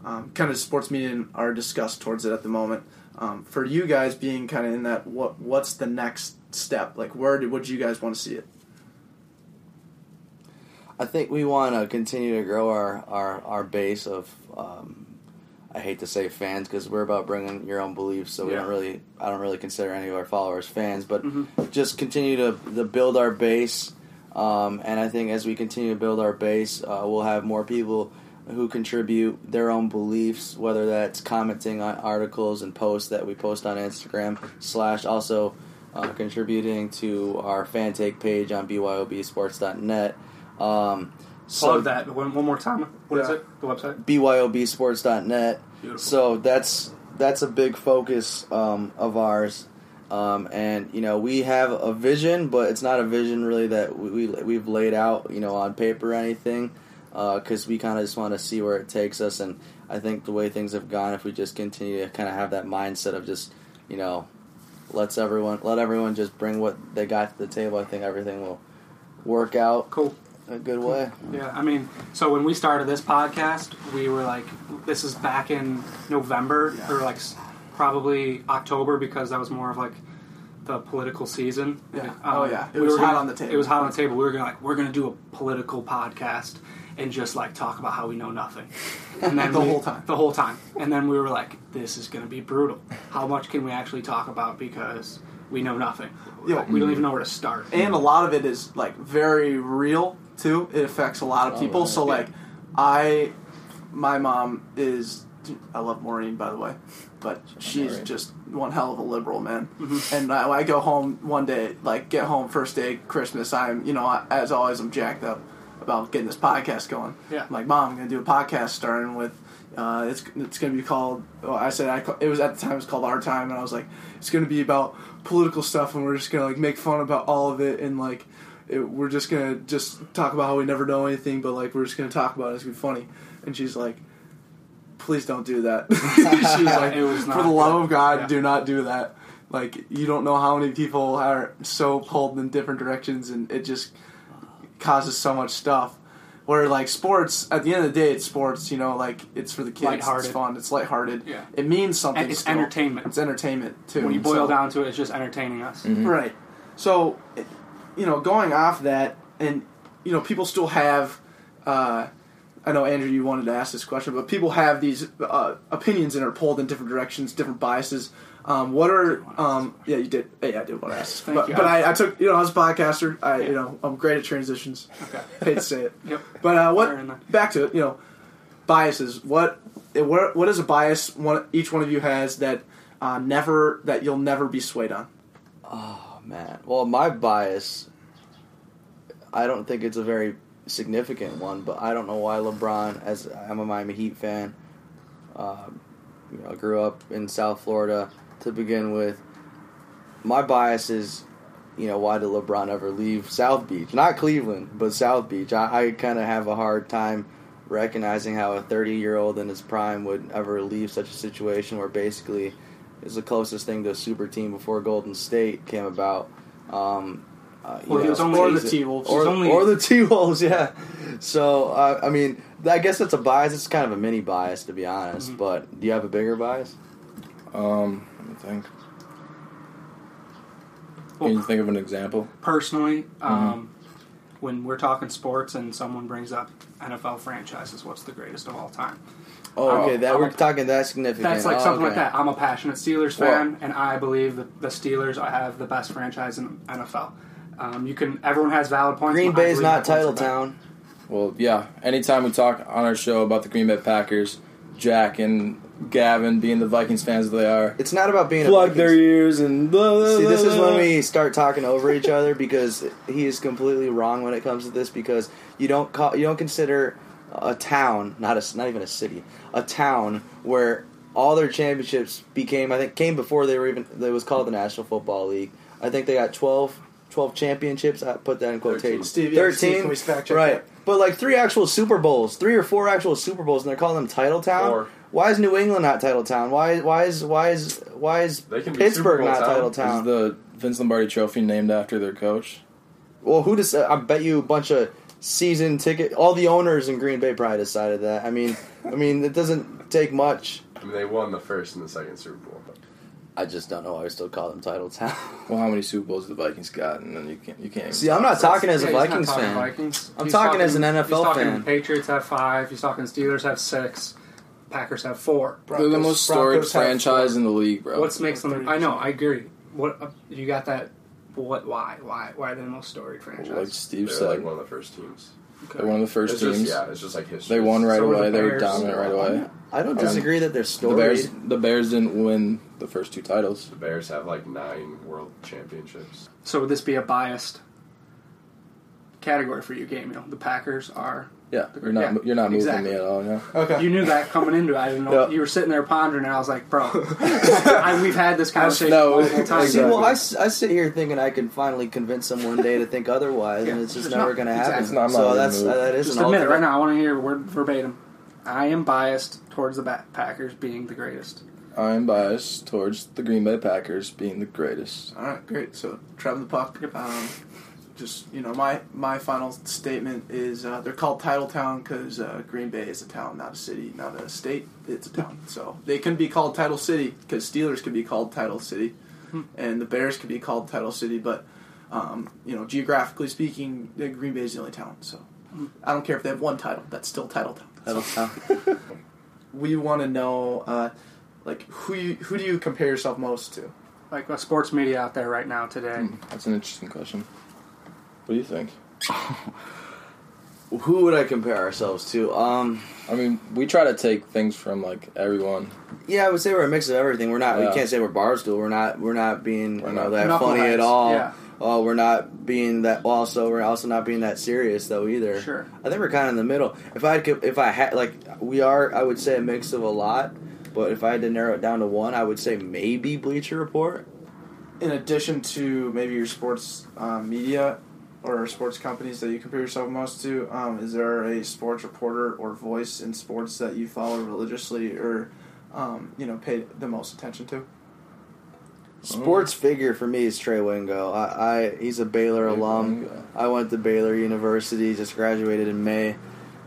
Speaker 5: um, kind of sports media and our disgust towards it at the moment. Um, for you guys being kind of in that, what what's the next step? Like, where do, would you guys want to see it?
Speaker 6: I think we want to continue to grow our our, our base of. Um, I hate to say fans because we're about bringing your own beliefs, so we
Speaker 2: Yeah.
Speaker 6: don't really. I don't really consider any of our followers fans, but
Speaker 2: Mm-hmm.
Speaker 6: just continue to, to build our base. Um, and I think as we continue to build our base, uh, we'll have more people who contribute their own beliefs, whether that's commenting on articles and posts that we post on Instagram, slash also uh, contributing to our fan take page on BYOBSports.net. Um, so
Speaker 2: Plug that one, one more time. What is
Speaker 5: Yeah.
Speaker 2: it? The website?
Speaker 6: BYOBSports.net.
Speaker 2: Beautiful.
Speaker 6: So that's that's a big focus um, of ours, um, and you know we have a vision, but it's not a vision really that we, we we've laid out you know on paper or anything, because we kind of just want to see where it takes us, and I think the way things have gone, if we just continue to kind of have that mindset of just you know let's everyone let everyone just bring what they got to the table, I think everything will work out
Speaker 2: Cool.
Speaker 6: a good way.
Speaker 2: Yeah, I mean, so when we started this podcast, we were like, this is back in November or like s- probably October because that was more of like the political season.
Speaker 5: Yeah.
Speaker 2: Um,
Speaker 5: Oh, yeah. It
Speaker 2: we
Speaker 5: was
Speaker 2: were gonna-
Speaker 5: hot on the table.
Speaker 2: It was hot on the table. We were gonna like we're gonna do a political podcast and just like talk about how we know
Speaker 5: *laughs*
Speaker 2: nothing. And then
Speaker 5: The
Speaker 2: we-
Speaker 5: whole time.
Speaker 2: The whole time. And then we were like, this is gonna be brutal. How much can we actually talk about because we know nothing.
Speaker 5: Yeah.
Speaker 2: Like, we don't even know where to start.
Speaker 5: and a lot of it is like very real too. It affects a lot of people. So like, I, my mom is, I love Maureen by the way, but she's
Speaker 3: Maureen.
Speaker 5: just one hell of a liberal man. And I, I go home one day, like get home first day Christmas. I'm you know I- as always I'm jacked up about getting this podcast going.
Speaker 2: Yeah.
Speaker 5: I'm like mom, I'm gonna do a podcast starting with. Uh, it's it's gonna be called. Oh, I said I, ca- it was at the time. It was called Our Time, and I was like, it's gonna be about political stuff, and we're just gonna like make fun about all of it, and like it, we're just gonna just talk about how we never know anything, but like we're just gonna talk about it. It's gonna be funny. And she's like, please don't do that. *laughs*
Speaker 2: *laughs*
Speaker 5: she's like,
Speaker 2: It was
Speaker 5: for
Speaker 2: not
Speaker 5: the love
Speaker 2: good.
Speaker 5: of God,
Speaker 2: Yeah.
Speaker 5: do not do that. Like you don't know how many people are so pulled in different directions, and it just causes so much stuff. Where like sports, at the end of the day, it's sports. You know, like it's for the kids. It's
Speaker 2: Lighthearted.
Speaker 5: fun. It's lighthearted.
Speaker 2: Yeah.
Speaker 5: It means something.
Speaker 2: And E, it's
Speaker 5: still.
Speaker 2: entertainment.
Speaker 5: It's entertainment too.
Speaker 2: when you boil
Speaker 5: So-
Speaker 2: down to it, it's just entertaining us.
Speaker 6: Mm-hmm.
Speaker 5: Right. So, it- you know, going off that, and you know, people still have. Uh, I know Andrew, you wanted to ask this question, but people have these uh, opinions and are pulled in different directions, different biases. Um, what are? Um, yeah, you did. Yeah, I did want to ask.
Speaker 2: Thank
Speaker 5: but
Speaker 2: you.
Speaker 5: but I, I took. You know, I was a podcaster. I you know, I'm great at transitions.
Speaker 2: Okay.
Speaker 5: *laughs* Hate to say it.
Speaker 2: Yep.
Speaker 5: But uh,
Speaker 2: Fair enough.
Speaker 5: what? Back to it. You know, biases. What? eh, What? What is a bias one each one of you has that uh, never that you'll never be swayed on?
Speaker 6: Oh, man. Well, my bias, I don't think it's a very significant one, but I don't know why LeBron, as I'm a Miami Heat fan, um, you know, grew up in South Florida to begin with. My bias is, you know, why did LeBron ever leave South Beach? Not Cleveland, but South Beach. I, I kind of have a hard time recognizing how a 30 year old in his prime would ever leave such a situation where basically is the closest thing to a super team before Golden State came about. Um, uh, you
Speaker 2: Well, he
Speaker 6: know,
Speaker 2: was only-
Speaker 5: or the T Wolves.
Speaker 6: or,
Speaker 2: It's only-
Speaker 6: or the T Wolves, *laughs* yeah. So uh, I mean, I guess that's a bias. It's kind of a mini bias, to be
Speaker 2: Mm-hmm.
Speaker 6: honest. But do you have a bigger bias?
Speaker 3: Um, let me think. Can you
Speaker 2: Well,
Speaker 3: think of an example?
Speaker 2: personally,
Speaker 6: Mm-hmm.
Speaker 2: um, when we're talking sports and someone brings up NFL franchises, what's the greatest of all time?
Speaker 6: Oh,
Speaker 3: Oh,
Speaker 6: okay. That
Speaker 2: I'm
Speaker 6: we're
Speaker 2: a-
Speaker 6: talking that significant.
Speaker 2: That's like
Speaker 6: Oh,
Speaker 2: something like
Speaker 6: okay.
Speaker 2: that. I'm a passionate Steelers
Speaker 6: Well-
Speaker 2: fan, and I believe that the Steelers have the best franchise in NFL. Um, you can. Everyone has valid points.
Speaker 6: Green
Speaker 2: but I
Speaker 6: Bay's
Speaker 2: believe
Speaker 6: not
Speaker 2: that
Speaker 6: title
Speaker 2: points are better.
Speaker 6: town.
Speaker 3: Well, yeah. Anytime we talk on our show about the Green Bay Packers, Jack and Gavin being the Vikings fans that they are,
Speaker 6: It's not about being a
Speaker 3: plug
Speaker 6: Vikings
Speaker 3: their ears and blah, blah,
Speaker 6: See, this
Speaker 3: blah,
Speaker 6: is
Speaker 3: blah.
Speaker 6: when
Speaker 5: *laughs*
Speaker 6: we start talking over each other because he is completely wrong when it comes to this because you don't call, you don't consider a town not a not even a city a town where all their championships became I think came before they were even they was called the National Football League. I think they got 12, 12 championships. I put that in quotation.
Speaker 5: Steve, yeah, Steve,
Speaker 6: Thirteen,
Speaker 5: can we fact check
Speaker 6: right?
Speaker 5: that?
Speaker 6: But like three actual Super Bowls, three or four actual Super Bowls, and they're calling them title town.
Speaker 4: Four.
Speaker 6: Why is New England not title town? Why why is why is why is
Speaker 4: They can be Super
Speaker 6: Pittsburgh
Speaker 4: Bowl
Speaker 6: not
Speaker 4: town.
Speaker 6: title
Speaker 4: Is
Speaker 6: town?
Speaker 3: Is the Vince Lombardi Trophy named after their coach?
Speaker 6: Well, who does? I bet you a bunch of season ticket. All the owners in Green Bay probably decided that. I mean, I mean, it doesn't take much.
Speaker 4: I mean, they won the first and the second Super Bowl. But
Speaker 6: I just don't know. why I still call them title town.
Speaker 3: Well, how many Super Bowls the Vikings got? And then you can't. You can't. Even
Speaker 6: *laughs* See, I'm not talking as
Speaker 2: Yeah,
Speaker 6: a
Speaker 2: he's not
Speaker 6: Vikings
Speaker 2: talking
Speaker 6: fan.
Speaker 2: Vikings.
Speaker 6: I'm
Speaker 2: He's
Speaker 6: talking as an
Speaker 2: he's
Speaker 6: NFL
Speaker 2: talking
Speaker 6: fan.
Speaker 2: Patriots have five. He's talking Steelers have six. Packers have four.
Speaker 3: They're the most storied
Speaker 5: Broncos have
Speaker 3: franchise in the league, bro.
Speaker 2: What makes them? I know. I agree. What uh, you got that? What? Why? Why? Why are they the most storied franchise?
Speaker 3: like Steve
Speaker 4: they're like
Speaker 3: said?
Speaker 4: one of the first teams.
Speaker 3: They're one of the first
Speaker 4: It's
Speaker 3: teams.
Speaker 4: just yeah, it's just like history.
Speaker 3: They won right
Speaker 2: So were the
Speaker 3: away. they were
Speaker 2: Bears.
Speaker 3: dominant right away.
Speaker 6: I don't disagree that they're
Speaker 3: The Bears,
Speaker 6: storied.
Speaker 3: the Bears didn't win the first two titles.
Speaker 4: The Bears have like nine world championships.
Speaker 2: So would this be a biased category for you, Gamiel? The Packers are.
Speaker 3: Yeah, you're not
Speaker 2: Yeah,
Speaker 3: you're not moving
Speaker 2: exactly.
Speaker 3: me at all. Yeah,
Speaker 5: Okay.
Speaker 2: You knew that coming into it. I didn't know.
Speaker 3: Yeah.
Speaker 2: You were sitting there pondering, and I was like, bro, I, we've had this conversation
Speaker 3: No,
Speaker 2: multiple times.
Speaker 3: exactly.
Speaker 6: See, well, I, s- I sit here thinking I can finally convince them one day to think otherwise, and
Speaker 2: Yeah,
Speaker 6: it's just
Speaker 2: it's
Speaker 6: never
Speaker 2: not-
Speaker 6: going to happen.
Speaker 3: exactly. It's not- I'm not
Speaker 6: so
Speaker 3: in the
Speaker 6: that's
Speaker 3: mood.
Speaker 6: that is
Speaker 2: Just
Speaker 6: an
Speaker 2: admit it
Speaker 6: alternate.
Speaker 2: right now. I want to hear word verbatim. I am biased towards the Ba- Packers being the greatest.
Speaker 3: I'm biased towards the Green Bay Packers being the greatest.
Speaker 5: All right, great. So traveling the puck.
Speaker 2: Yep.
Speaker 5: Um, just you know, my my final statement is uh, they're called Titletown because uh, Green Bay is a town, not a city, not a state. It's a town, so they can be called Title City because Steelers could be called Title City, and the Bears could be called Title City. But um, you know, geographically speaking, the Green Bay is the only town. So I don't care if they have one title; that's still Titletown.
Speaker 6: That'll count.
Speaker 5: We want to know, uh, like, who you, who do you compare yourself most to?
Speaker 2: Like a sports media out there right now today.
Speaker 3: That's an interesting question. What do you think?
Speaker 6: *laughs* Who would I compare ourselves to? Um,
Speaker 3: I mean, we try to take things from like everyone.
Speaker 6: yeah, I would say we're a mix of everything. We're not.
Speaker 3: Yeah.
Speaker 6: We can't say we're bar school. We're not. We're not being
Speaker 3: We're
Speaker 6: you know
Speaker 3: not-
Speaker 6: that
Speaker 2: Knuckleheads,
Speaker 6: funny at all.
Speaker 2: yeah.
Speaker 6: Oh, we're not being that. Also, we're also not being that serious though either.
Speaker 2: Sure.
Speaker 6: I think we're kind of in the middle. If I could, if I had like we are, I would say a mix of a lot. But if I had to narrow it down to one, I would say maybe Bleacher Report.
Speaker 5: in addition to maybe your sports um, media or sports companies that you compare yourself most to, um, is there a sports reporter or voice in sports that you follow religiously or um, you know pay the most attention to?
Speaker 6: Sports figure for me is Trey Wingo. I, I he's a Baylor
Speaker 3: Trey
Speaker 6: alum.
Speaker 3: Wingo.
Speaker 6: I went to Baylor University, just graduated in May,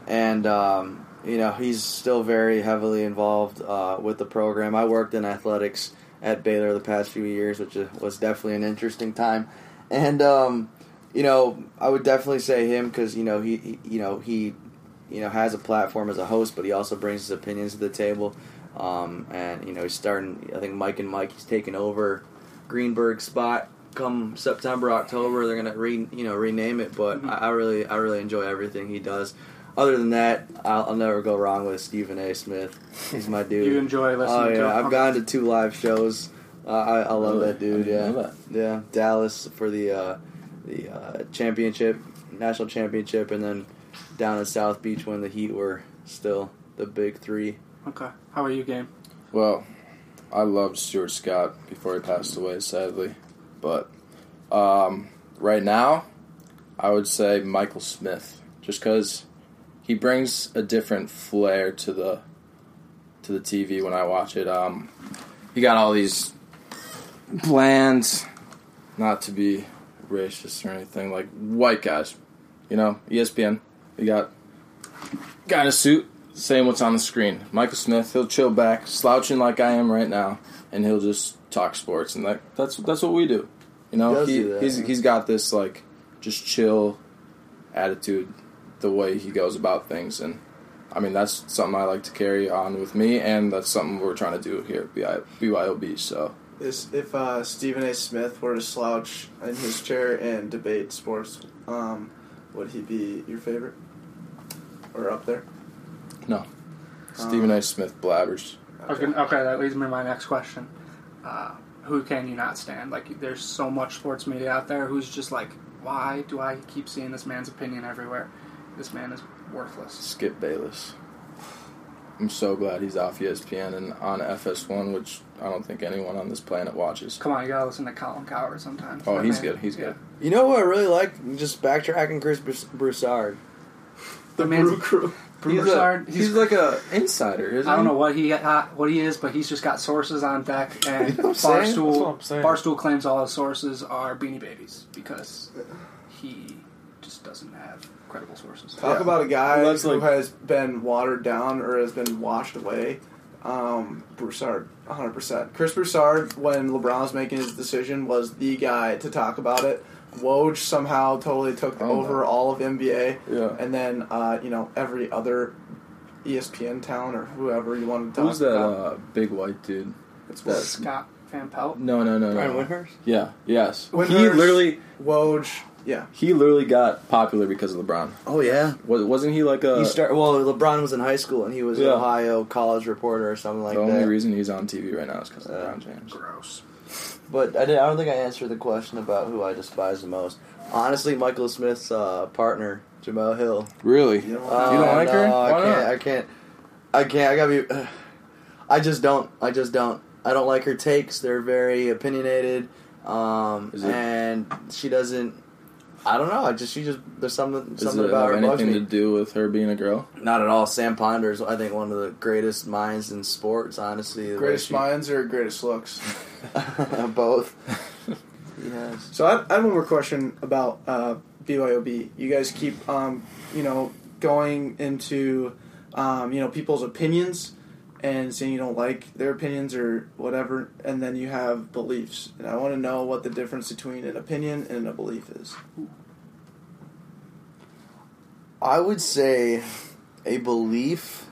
Speaker 6: and um, you know he's still very heavily involved uh, with the program. I worked in athletics at Baylor the past few years, which is- was definitely an interesting time, and um, you know I would definitely say him because you know he, he you know he you know has a platform as a host, but he also brings his opinions to the table. Um, and you know he's starting. I think Mike and Mike he's taking over Greenberg spot come September October. They're gonna re you know rename it, but
Speaker 3: Mm-hmm.
Speaker 6: I, I really I really enjoy everything he does. Other than that, I'll, I'll never go wrong with Stephen A. Smith.
Speaker 3: *laughs*
Speaker 6: He's my dude.
Speaker 2: You enjoy listening
Speaker 6: oh
Speaker 2: to
Speaker 6: yeah,
Speaker 2: him.
Speaker 6: I've gone to two live shows. Uh, I, I love
Speaker 3: Really?
Speaker 6: that dude.
Speaker 3: I didn't
Speaker 6: yeah,
Speaker 3: know that.
Speaker 6: yeah, Dallas for the uh, the uh, championship, national championship, and then down in South Beach when the Heat were still the big three.
Speaker 2: Okay. How are you, Game?
Speaker 3: Well, I loved Stuart Scott before he passed away, sadly. But um, right now, I would say Michael Smith, just because he brings a different flair to the to the TV when I watch it. Um, he got all these bland, not to be racist or anything, like white guys. You know, E ESPN. You got guy in a suit saying what's on the screen. Michael Smith, he'll chill back, slouching like I am right now, and he'll just talk sports, and that, that's that's what we do. You
Speaker 6: He
Speaker 3: know,
Speaker 6: does
Speaker 3: he,
Speaker 6: do that,
Speaker 3: he's
Speaker 6: yeah.
Speaker 3: he's got this like just chill attitude, the way he goes about things, and I mean that's something I like to carry on with me, and that's something we're trying to do here at BI BYOB. So
Speaker 5: Is if uh, Stephen A. Smith were to slouch in his chair and debate sports, um, would he be your favorite or up there?
Speaker 3: no,
Speaker 6: Uh,
Speaker 3: Stephen A. Smith blabbers.
Speaker 2: I was gonna, okay, that leads me to my next question. Uh, who can you not stand? Like, there's so much sports media out there who's just like, why do I keep seeing this man's opinion everywhere? This man is worthless.
Speaker 3: Skip Bayless. I'm so glad he's off E ESPN and on FS1, which I don't think anyone on this planet watches.
Speaker 2: Come on, you gotta listen to Colin Coward sometimes.
Speaker 3: Oh,
Speaker 2: That
Speaker 3: he's
Speaker 2: man-
Speaker 3: good. He's
Speaker 2: yeah.
Speaker 3: good.
Speaker 6: You know what I really like? Just backtracking Chris Brus- Broussard.
Speaker 2: The man's
Speaker 5: Brew Crew.
Speaker 3: He's,
Speaker 2: Broussard,
Speaker 3: a,
Speaker 2: he's,
Speaker 3: he's like a insider, isn't
Speaker 2: I don't know what he uh, what he is, but he's just got sources on
Speaker 3: *laughs*
Speaker 2: deck, and
Speaker 3: know what I'm saying?
Speaker 2: Barstool
Speaker 3: That's what I'm saying.
Speaker 2: Barstool claims all his sources are Beanie Babies because he just doesn't have credible sources.
Speaker 5: Talk
Speaker 3: Yeah.
Speaker 5: about a guy
Speaker 3: Well, that's
Speaker 5: who
Speaker 3: like-
Speaker 5: has been watered down or has been washed away. Um, Broussard, 100%. Chris Broussard, when LeBron was making his decision, was the guy to talk about it. Woj somehow totally took
Speaker 3: Oh, no.
Speaker 5: over all of NBA.
Speaker 3: Yeah.
Speaker 5: And then, uh, you know, every other E ESPN town or whoever you want to talk
Speaker 3: Who's that
Speaker 5: about.
Speaker 3: uh, big white dude?
Speaker 5: it's
Speaker 3: that-
Speaker 5: Woj.
Speaker 2: Scott Van Pelt.
Speaker 3: No, no, no, no.
Speaker 6: Brian Windhurst?
Speaker 3: Yeah, yes.
Speaker 5: Windhurst,
Speaker 3: He literally
Speaker 5: Woj, Yeah.
Speaker 3: He literally got popular because of LeBron.
Speaker 6: Oh yeah.
Speaker 3: Was, wasn't he like a
Speaker 6: he start well. LeBron was in high school and he was
Speaker 3: Uh, Yeah.
Speaker 6: an Ohio college reporter or something like
Speaker 3: the only
Speaker 6: that.
Speaker 3: reason he's on TV right now is because of
Speaker 6: Uh,
Speaker 3: LeBron James.
Speaker 7: Gross.
Speaker 6: But I, did, I don't think I answered the question about who I despise the most. Honestly, Michael Smith's uh, partner, Jamel Hill.
Speaker 3: Really?
Speaker 6: Uh,
Speaker 3: You don't like
Speaker 6: no,
Speaker 3: her?
Speaker 6: I
Speaker 3: Why not?
Speaker 6: can't, I can't. I can't. I gotta be. I just don't. I just don't. I don't like her takes. They're very opinionated, um,
Speaker 3: Is it-
Speaker 6: and she doesn't. I don't know. I just she just there's something
Speaker 3: Does
Speaker 6: something
Speaker 3: it
Speaker 6: about
Speaker 3: have
Speaker 6: her bugs
Speaker 3: anything
Speaker 6: me.
Speaker 3: to do with her being a
Speaker 6: *laughs*
Speaker 3: girl?
Speaker 6: Not at all. Sam Ponder is, I think, one of the greatest minds in sports. Honestly, the way
Speaker 5: Greatest
Speaker 6: she-
Speaker 5: minds or greatest looks?
Speaker 6: *laughs* both. yes.
Speaker 5: So I, I have one more question about uh, BYOB. You guys keep, um, you know, going into, um, you know, people's opinions and saying you don't like their opinions or whatever, and then you have beliefs. And I want to know what the difference between an opinion and a belief is.
Speaker 6: I would say a belief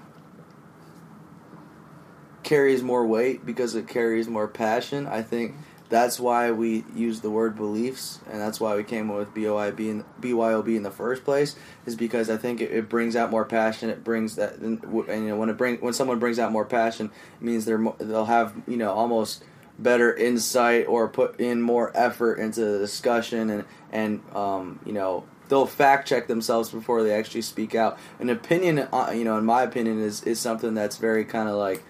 Speaker 6: carries more weight because it carries more passion. I think that's why we use the word beliefs, and that's why we came up with BOIB and BYOB in the first place, is because I think it, it brings out more passion. It brings that, and, w- and you know, when it bring when someone brings out more passion, it means they're mo- they'll have you know almost better insight or put in more effort into the discussion and and um, you know they'll fact check themselves before they actually speak out an opinion uh, you know in my opinion is is something that's very kind of like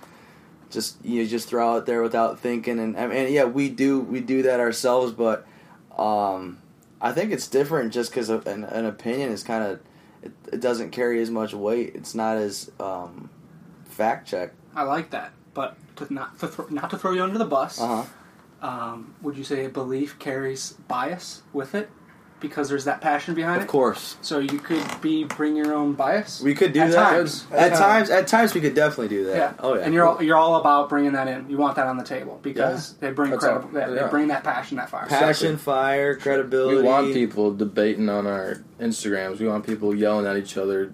Speaker 6: just you know, just throw out there without thinking and and and, yeah we do we do that ourselves but um i think it's different just because an, an opinion is kind of it, it doesn't carry as much weight it's not as um fact checked
Speaker 2: I like that, but to not to thro- not to throw you under the bus.
Speaker 6: uh-huh
Speaker 2: Um, would you say a belief carries bias with it because there's that passion behind
Speaker 6: of
Speaker 2: it?
Speaker 6: course
Speaker 2: So you could be bring your own bias.
Speaker 6: we could do
Speaker 2: At
Speaker 6: that
Speaker 2: times.
Speaker 6: at times at times we could definitely do that
Speaker 2: yeah.
Speaker 6: oh yeah
Speaker 2: And you're all, you're all about bringing that in. You want that on the table because they bring
Speaker 3: That's
Speaker 2: credible.
Speaker 3: all.
Speaker 2: They,
Speaker 3: Yeah.
Speaker 2: they bring that passion, that fire.
Speaker 6: passion fire credibility
Speaker 3: We want people debating on our Instagrams. We want people yelling at each other,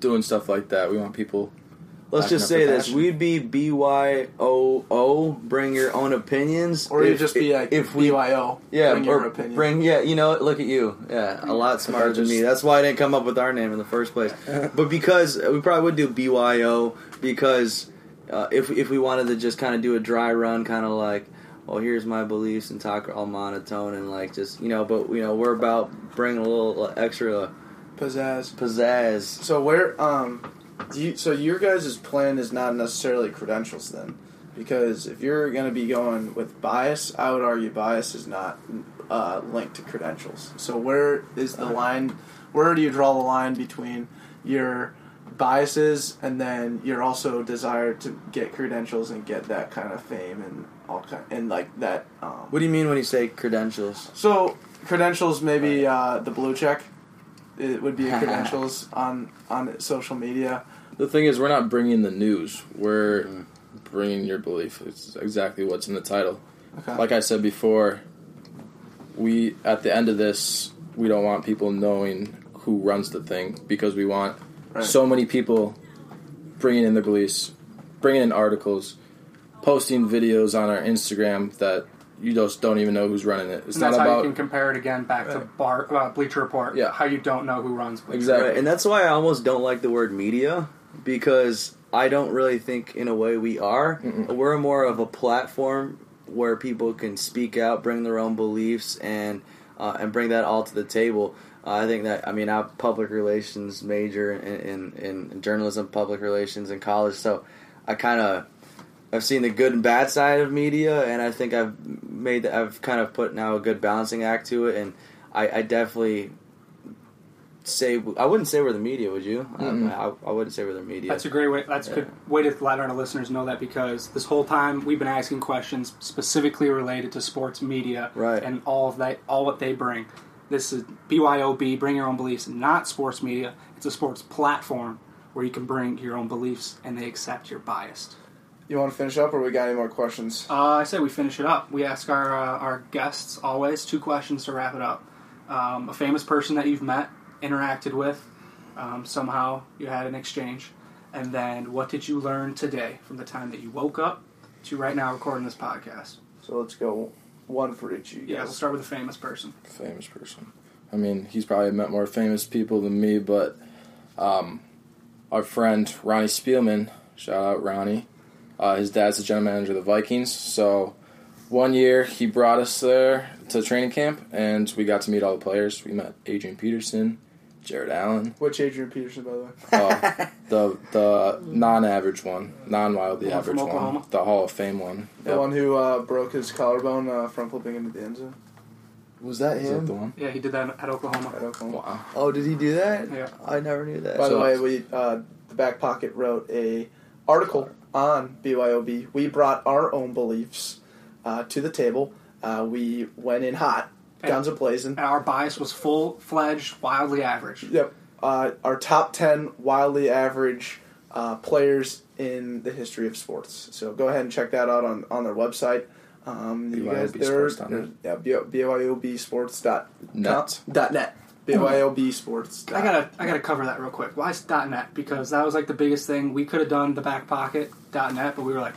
Speaker 3: doing stuff like that. We want people.
Speaker 6: Let's just
Speaker 3: Backing
Speaker 6: say
Speaker 3: up the
Speaker 6: this:
Speaker 3: passion.
Speaker 6: we'd be BYOO, bring your own opinions,
Speaker 5: Or you
Speaker 6: if-
Speaker 5: just be like
Speaker 6: if we,
Speaker 5: BYO.
Speaker 6: yeah,
Speaker 5: bring
Speaker 6: or
Speaker 5: your opinion.
Speaker 6: bring, yeah, you know, look at you, yeah, a lot smarter than me. That's why I didn't come up with our name in the first *laughs* place. but because we probably would do BYO because uh, if if we wanted to just kind of do a dry run, kind of like. Well, here's my beliefs and talk all monotone and like just you know, but you know we're about bringing a little extra
Speaker 5: pizzazz.
Speaker 6: pizzazz.
Speaker 5: So where um, do you, so your guys' plan is not necessarily credentials then, because if you're going to be going with bias, I would argue bias is not uh, linked to credentials. So where is
Speaker 6: Uh-huh.
Speaker 5: the line? Where do you draw the line between your biases and then your also desire to get credentials and get that kind of fame and all kind and like that? Um,
Speaker 6: What do you mean when you say credentials?
Speaker 5: so credentials, maybe uh, the blue check. It
Speaker 6: *laughs*
Speaker 5: would be a credentials on on social media.
Speaker 3: The thing is, we're not bringing the news. We're bringing your belief. It's exactly what's in the title.
Speaker 5: Okay.
Speaker 3: Like I said before, we at the end of this, we don't want people knowing who runs the thing because we want
Speaker 5: Right.
Speaker 3: so many people bringing in their beliefs, bringing in articles, posting videos on our Instagram that you just don't even know who's running it. It's
Speaker 2: And
Speaker 3: not
Speaker 2: that's how
Speaker 3: about
Speaker 2: you can compare it again back to Bar uh, Bleacher Report.
Speaker 3: Yeah.
Speaker 2: How you don't know who runs Bleacher.
Speaker 3: Exactly.
Speaker 6: Right, and that's why I almost don't like the word media because I don't really think in a way we are. We're more of a platform where people can speak out, bring their own beliefs, and uh, and bring that all to the table. Uh, I think that I mean I'm a public relations major in, in, in journalism, public relations in college, so I kind of I've seen the good and bad side of media, and I think I've made I've kind of put now a good balancing act to it, and I, I definitely say I wouldn't say we're the media, would you?
Speaker 3: Mm-mm.
Speaker 6: I, I, I wouldn't say we're the media.
Speaker 2: That's a great way. That's a good way to let our listeners know that because this whole time we've been asking questions specifically related to sports media,
Speaker 6: Right.
Speaker 2: And all of that, all what they bring. This is BYOB, bring your own beliefs, not sports media. It's a sports platform where you can bring your own beliefs and they accept your bias.
Speaker 5: You want to finish up, or we got any more questions?
Speaker 2: Uh, I say we finish it up. We ask our uh, our guests always two questions to wrap it up. Um, a famous person that you've met, interacted with, um, somehow you had an exchange, and then what did you learn today from the time that you woke up to right now recording this podcast?
Speaker 5: So let's go one for each. You
Speaker 2: Yeah, we'll
Speaker 5: guys.
Speaker 2: start with a famous person.
Speaker 3: famous person. I mean, he's probably met more famous people than me, but um, our friend Ronnie Spielman, shout out Ronnie, uh, his dad's the general manager of the Vikings. So one year he brought us there to training camp, and we got to meet all the players. We met Adrian Peterson, Jared Allen,
Speaker 5: Which Adrian Peterson, by the way?
Speaker 3: uh, *laughs* the the non-average one, non-wildly
Speaker 8: The one from
Speaker 3: average
Speaker 8: Oklahoma?
Speaker 3: one, the Hall of Fame one.
Speaker 5: The
Speaker 3: Yep.
Speaker 5: one who uh, broke his collarbone uh, from flipping into the end zone
Speaker 6: Was that
Speaker 3: Is that
Speaker 6: him?
Speaker 3: the one?
Speaker 8: Yeah, he did that at
Speaker 5: at
Speaker 8: Oklahoma.
Speaker 5: Oklahoma.
Speaker 3: Wow.
Speaker 6: oh, did he do that?
Speaker 8: Yeah.
Speaker 6: I never knew that.
Speaker 5: By the
Speaker 3: So-
Speaker 5: *laughs* way, we uh, the back pocket wrote a article on BYOB. We brought our own beliefs uh, to the table. Uh, we went in hot, guns a blazing.
Speaker 8: And our bias was full fledged, wildly average.
Speaker 5: Yep, uh, our top ten wildly average uh, players in the history of sports. So go ahead and check that out on, on their website. Um, you guys,
Speaker 3: BYOB
Speaker 5: there,
Speaker 3: Sports dot net.
Speaker 5: yeah, BYOBsports.net.
Speaker 3: Net.
Speaker 5: Dot net. BYOBsports.
Speaker 8: I gotta, I gotta cover that real quick. Why is .net? Because that was like the biggest thing we could have done. The back pocket .net, but we were like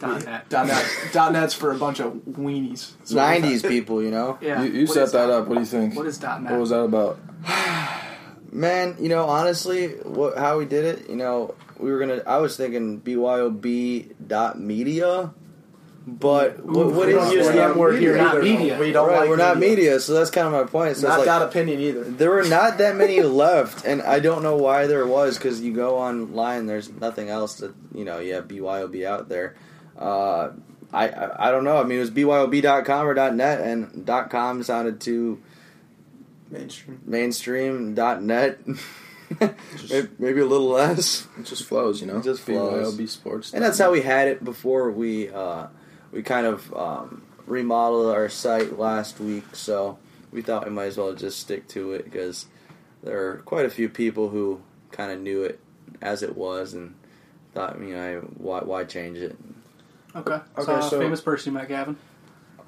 Speaker 8: .net.
Speaker 5: Dot net. Dot net's for a bunch of weenies. So
Speaker 6: Nineties people, you know.
Speaker 8: *laughs* Yeah.
Speaker 3: You, you
Speaker 8: What
Speaker 3: set
Speaker 8: is
Speaker 3: that up. What do you think?
Speaker 8: What is .net?
Speaker 3: What was that about?
Speaker 6: Man, you know, honestly, what, how we did it, you know, we were gonna. I was thinking BYOB dot media, but what, what
Speaker 5: We
Speaker 6: is
Speaker 5: don't use the M word here
Speaker 8: We're not
Speaker 5: either.
Speaker 8: media.
Speaker 5: We don't
Speaker 6: Right,
Speaker 5: like
Speaker 6: we're not
Speaker 5: media.
Speaker 6: media, so that's kind of my point. So
Speaker 5: Not
Speaker 6: it's like,
Speaker 5: that opinion either.
Speaker 6: there were not that many left, and I don't know why there was because you go online, there's nothing else that you know. You have BYOB out there. Uh, I, I I don't know. I mean, it was BYOB.com or .net, and .com sounded too
Speaker 5: Mainstream.
Speaker 6: mainstream. .net, *laughs* May- maybe a little less.
Speaker 3: It just flows, you know.
Speaker 6: It just flows.
Speaker 3: BYOB Sports.
Speaker 6: And that's how we had it before we uh, we kind of um, remodeled our site last week. So we thought we might as well just stick to it because there are quite a few people who kind of knew it as it was and thought, you know, why why change it?
Speaker 8: Okay.
Speaker 5: Okay,
Speaker 8: so,
Speaker 5: so-
Speaker 8: famous person you met, Gavin.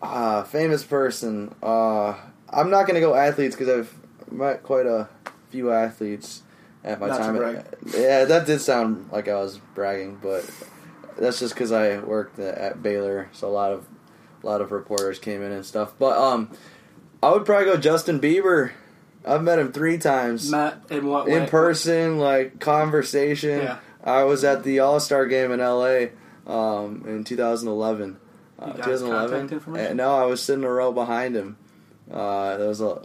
Speaker 6: Uh, famous person. Uh, I'm not gonna go athletes because I've met quite a few athletes at my
Speaker 5: Not to
Speaker 6: time.
Speaker 5: brag.
Speaker 6: yeah, that did sound like I was bragging, but that's just because I worked at, at Baylor, so a lot of a lot of reporters came in and stuff. But um, I would probably go Justin Bieber. I've met him three times
Speaker 8: Met in what way?
Speaker 6: in person, like conversation.
Speaker 8: Yeah.
Speaker 6: I was at the All Star game in L.A. Um, in 2011. Uh,
Speaker 8: You got his
Speaker 6: 2011.
Speaker 8: contact information?
Speaker 6: Uh, no, I was sitting a row behind him. Uh, there was a,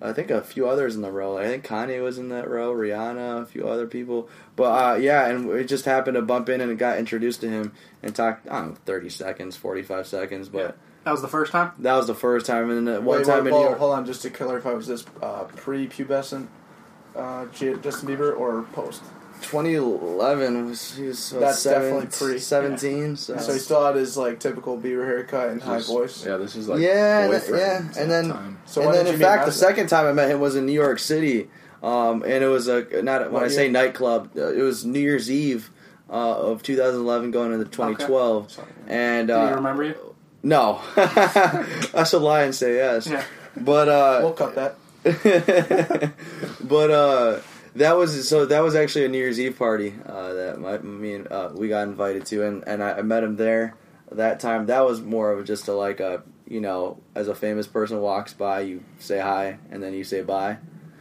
Speaker 6: I think a few others in the row. I think Kanye was in that row, Rihanna, a few other people. But uh, yeah, and we just happened to bump in and got introduced to him and talked. I don't know, 30 seconds, 45 seconds. But
Speaker 8: That was the first time.
Speaker 6: that was the first time. And then the one
Speaker 5: Wait,
Speaker 6: time
Speaker 5: wait,
Speaker 6: in New
Speaker 5: hold,
Speaker 6: York,
Speaker 5: hold on, just to clarify, was this uh, pre-pubescent uh, J- Justin Bieber or post?
Speaker 6: 2011 was he was uh,
Speaker 5: That's
Speaker 6: seven-
Speaker 5: definitely pre.
Speaker 6: 17.
Speaker 5: So he still had his like typical Bieber haircut and high
Speaker 3: Just-
Speaker 5: voice.
Speaker 3: Yeah, this is like
Speaker 6: Yeah, and
Speaker 3: boyfriend
Speaker 6: that- yeah, and then-
Speaker 3: time.
Speaker 5: So
Speaker 6: and
Speaker 5: when
Speaker 6: then,
Speaker 5: did
Speaker 6: in
Speaker 5: you meet
Speaker 6: fact, the
Speaker 5: Madison?
Speaker 6: second time I met him was in New York City, um, and it was a not when
Speaker 5: What
Speaker 6: I
Speaker 5: year?
Speaker 6: say nightclub, uh, it was New Year's Eve uh, of 2011, going into 2012, and
Speaker 8: Do you
Speaker 6: uh,
Speaker 8: remember you?
Speaker 6: no, *laughs* I should lie and say yes,
Speaker 8: Yeah.
Speaker 6: but uh,
Speaker 5: We'll cut that.
Speaker 6: *laughs* but uh, that was so that was actually a New Year's Eve party uh, that my, me and uh, we got invited to, and and I, I met him there that time. That was more of just a like a you know as a famous person walks by, you say hi and then you say bye,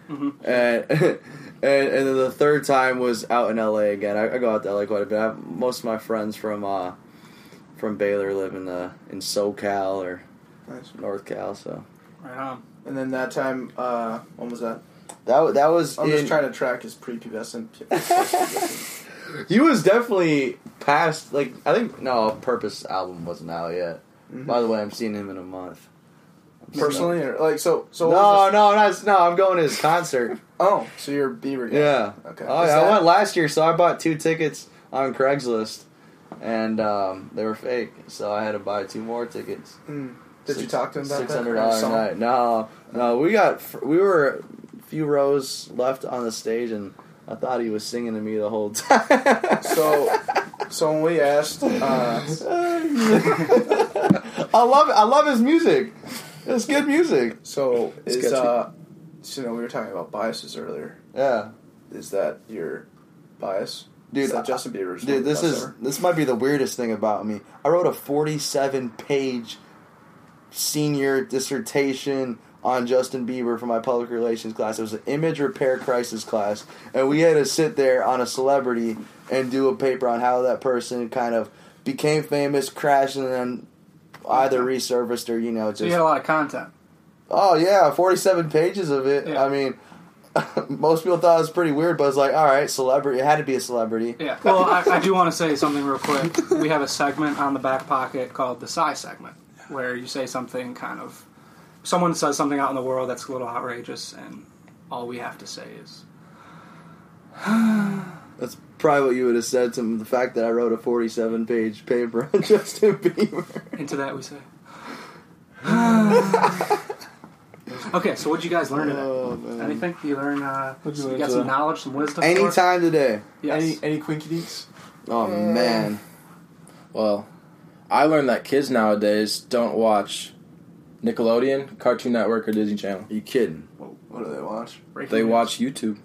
Speaker 8: Mhm.
Speaker 6: and. *laughs* and and then the third time was out in LA again. I, I go out to LA quite a bit. I, most of my friends from uh, from Baylor live in the in SoCal or
Speaker 5: Nice.
Speaker 6: North Cal, so
Speaker 8: Right on.
Speaker 5: And then that time, uh, when was that?
Speaker 6: that wa- that was.
Speaker 5: I'm
Speaker 6: in-
Speaker 5: just trying to track his prepubescent.
Speaker 6: *laughs*
Speaker 5: post-pubescent.
Speaker 6: He was definitely past, like, I think, no, Purpose album wasn't out yet.
Speaker 5: Mm-hmm.
Speaker 6: By the way, I'm seeing him in a month.
Speaker 5: Personally, or like so. So
Speaker 6: No,
Speaker 5: what was
Speaker 6: no, not, no, I'm going to his concert.
Speaker 5: this- Oh, so you're a Bieber guy.
Speaker 6: yeah.
Speaker 5: *laughs* Okay.
Speaker 6: Oh,
Speaker 5: Is
Speaker 6: yeah, I
Speaker 5: that-
Speaker 6: went last year, so I bought two tickets on Craigslist, and um, they were fake, so I had to buy two more tickets.
Speaker 5: Mm. Did you
Speaker 6: Six-
Speaker 5: talk to him about that?
Speaker 6: Six hundred
Speaker 5: Or
Speaker 6: dollars
Speaker 5: song?
Speaker 6: night. No, no, we got fr- we were a few rows left on the stage, and I thought he was singing to me the whole *laughs* time.
Speaker 5: So, *laughs* so when we asked,
Speaker 6: *laughs*
Speaker 5: uh,
Speaker 6: I love I love his music. It's good music.
Speaker 5: so is
Speaker 6: Sketchy.
Speaker 5: uh, so, you know, we were talking about biases earlier.
Speaker 6: Yeah,
Speaker 5: Is that your bias?
Speaker 6: dude.
Speaker 5: Is that Justin Bieber's. one of
Speaker 6: dude,
Speaker 5: the
Speaker 6: this
Speaker 5: best
Speaker 6: is
Speaker 5: ever?
Speaker 6: this might be the weirdest thing about me. I wrote a forty-seven page senior dissertation on Justin Bieber for my public relations class. It was an image repair crisis class, and we had to sit there on a celebrity and do a paper on how that person kind of became famous, crashed, and then either resurfaced or you know just
Speaker 8: So you had a lot of content.
Speaker 6: Oh yeah, forty-seven pages of it.
Speaker 8: Yeah.
Speaker 6: I mean, *laughs* most people thought it was pretty weird, but it's like, all right, celebrity. It had to be a celebrity.
Speaker 3: *laughs*
Speaker 8: Yeah. Well, I, I do want to say something real quick. We have a segment on the back pocket called the Psy segment, where you say something kind of. Someone says something out in the world that's a little outrageous, and all we have to say is.
Speaker 6: That's probably what you would have said to him, the fact that I wrote a forty-seven page paper on *laughs* Justin Bieber.
Speaker 8: Into that we
Speaker 3: *sighs*
Speaker 8: say. okay, so what'd you guys learn today?
Speaker 6: Oh, man.
Speaker 8: Anything you learn? Uh,
Speaker 5: What'd you
Speaker 8: you
Speaker 5: learn
Speaker 8: got some
Speaker 5: today?
Speaker 8: knowledge, some wisdom. for us?
Speaker 6: Anytime today.
Speaker 8: Yes.
Speaker 5: Any any Quinky Deeks?
Speaker 6: Oh man.
Speaker 3: Well, I learned that kids nowadays don't watch Nickelodeon, Cartoon Network, or Disney Channel.
Speaker 6: Are you kidding?
Speaker 5: What do they watch?
Speaker 8: Breaking
Speaker 3: They
Speaker 8: news.
Speaker 3: watch YouTube.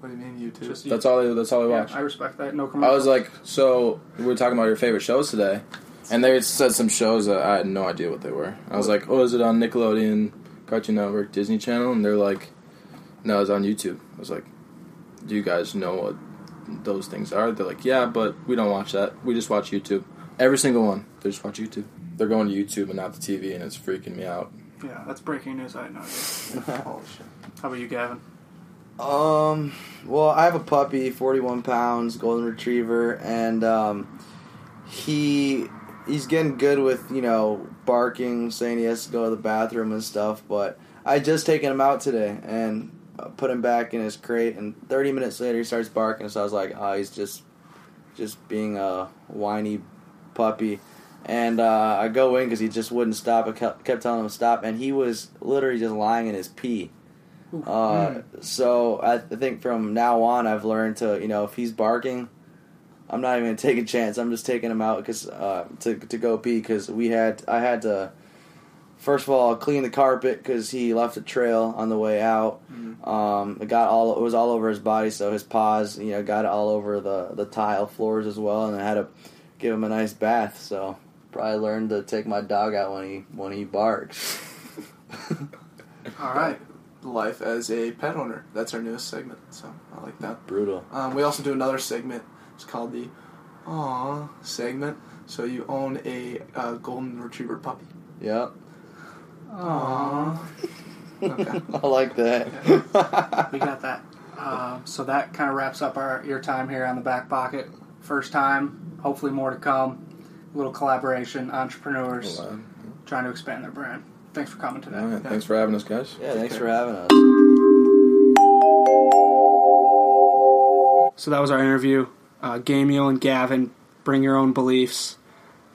Speaker 5: What do you mean YouTube?
Speaker 8: Just
Speaker 3: That's all. They, that's all they
Speaker 8: Yeah,
Speaker 3: watch.
Speaker 8: I respect that. No
Speaker 3: I
Speaker 8: commercial.
Speaker 3: was like, so we were talking about your favorite shows today, and they said some shows that I had no idea what they were. I was like, oh, is it on Nickelodeon, Cartoon Network, Disney Channel? And they're like, no, it's on YouTube. I was like, do you guys know what those things are? They're like, yeah, but we don't watch that. We just watch YouTube. Every single one, they just watch YouTube. They're going to YouTube and not the TV, and it's freaking me out.
Speaker 8: yeah, that's breaking news. I didn't know.
Speaker 3: *laughs*
Speaker 5: Holy shit.
Speaker 8: How about you, Gavin?
Speaker 6: Um. Well, I have a puppy, forty-one pounds, golden retriever, and um, he he's getting good with you know barking, saying he has to go to the bathroom and stuff. But I just taken him out today and uh, put him back in his crate, and thirty minutes later he starts barking. So I was like, oh, he's just just being a whiny puppy. And uh, I go in because he just wouldn't stop. I kept kept telling him to stop, and he was literally just lying in his pee. Uh, so I th- think from now on, I've learned to you know if he's barking, I'm not even gonna take a chance. I'm just taking him out because uh, to to go pee because we had I had to first of all clean the carpet because he left a trail on the way out. Um, it got all it was all over his body, so his paws you know got all over the the tile floors as well, and I had to give him a nice bath. So probably learned to take my dog out when he when he barks. *laughs*
Speaker 8: All right.
Speaker 5: Life as a pet owner. That's our newest segment, so I like that.
Speaker 6: Brutal.
Speaker 5: Um, we also do another segment. It's called the Aw segment. So you own a uh, golden retriever puppy.
Speaker 6: Yep.
Speaker 5: Aww. okay.
Speaker 6: *laughs* I like that.
Speaker 8: We got that. Um, so that kind of wraps up our your time here on the back pocket. First time, hopefully more to come. A little collaboration, entrepreneurs
Speaker 3: Well, uh,
Speaker 8: trying to expand their brand. Thanks for coming today.
Speaker 3: all right, thanks for having us, guys.
Speaker 6: Yeah, thanks for having us.
Speaker 2: So that was our interview. Uh, Gamiel and Gavin, bring your own beliefs.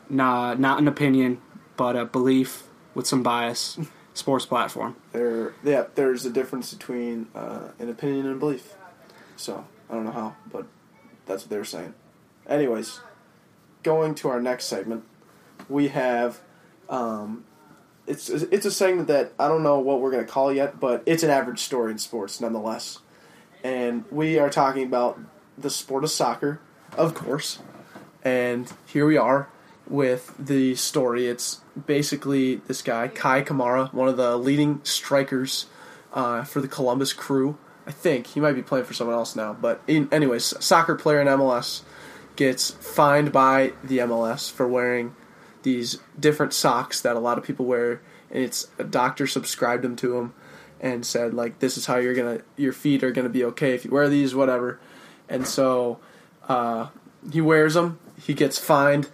Speaker 2: Nah, not an opinion, but a belief with some bias. Sports platform.
Speaker 5: There, yeah, there's a difference between uh, an opinion and a belief. So I don't know how, but that's what they were saying. Anyways, going to our next segment, we have um, it's it's a segment that I don't know what we're gonna call yet, but it's an average story in sports nonetheless. And we are talking about the sport of soccer, of course. And here we are with the story. It's basically this guy, Kai Kamara, one of the leading strikers uh, for the Columbus Crew. I think he might be playing for someone else now, but in, anyways, soccer player in MLS gets fined by the MLS for wearing these different socks that a lot of people wear, and it's a doctor subscribed them to him and said like this is how you're gonna your feet are gonna be okay if you wear these whatever, and so uh, he wears them. He gets fined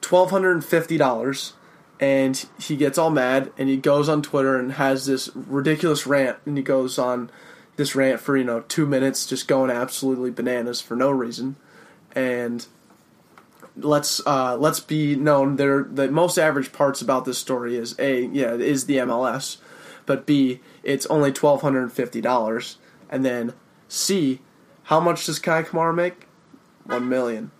Speaker 5: twelve hundred and fifty dollars, and he gets all mad and he goes on Twitter and has this ridiculous rant and he goes on this rant for you know two minutes, just going absolutely bananas for no reason, and let's uh, let's be known there the most average parts about this story is a yeah it is the MLS, but b it's only twelve hundred and fifty dollars, and then c how much does Kai Kamara make? One million.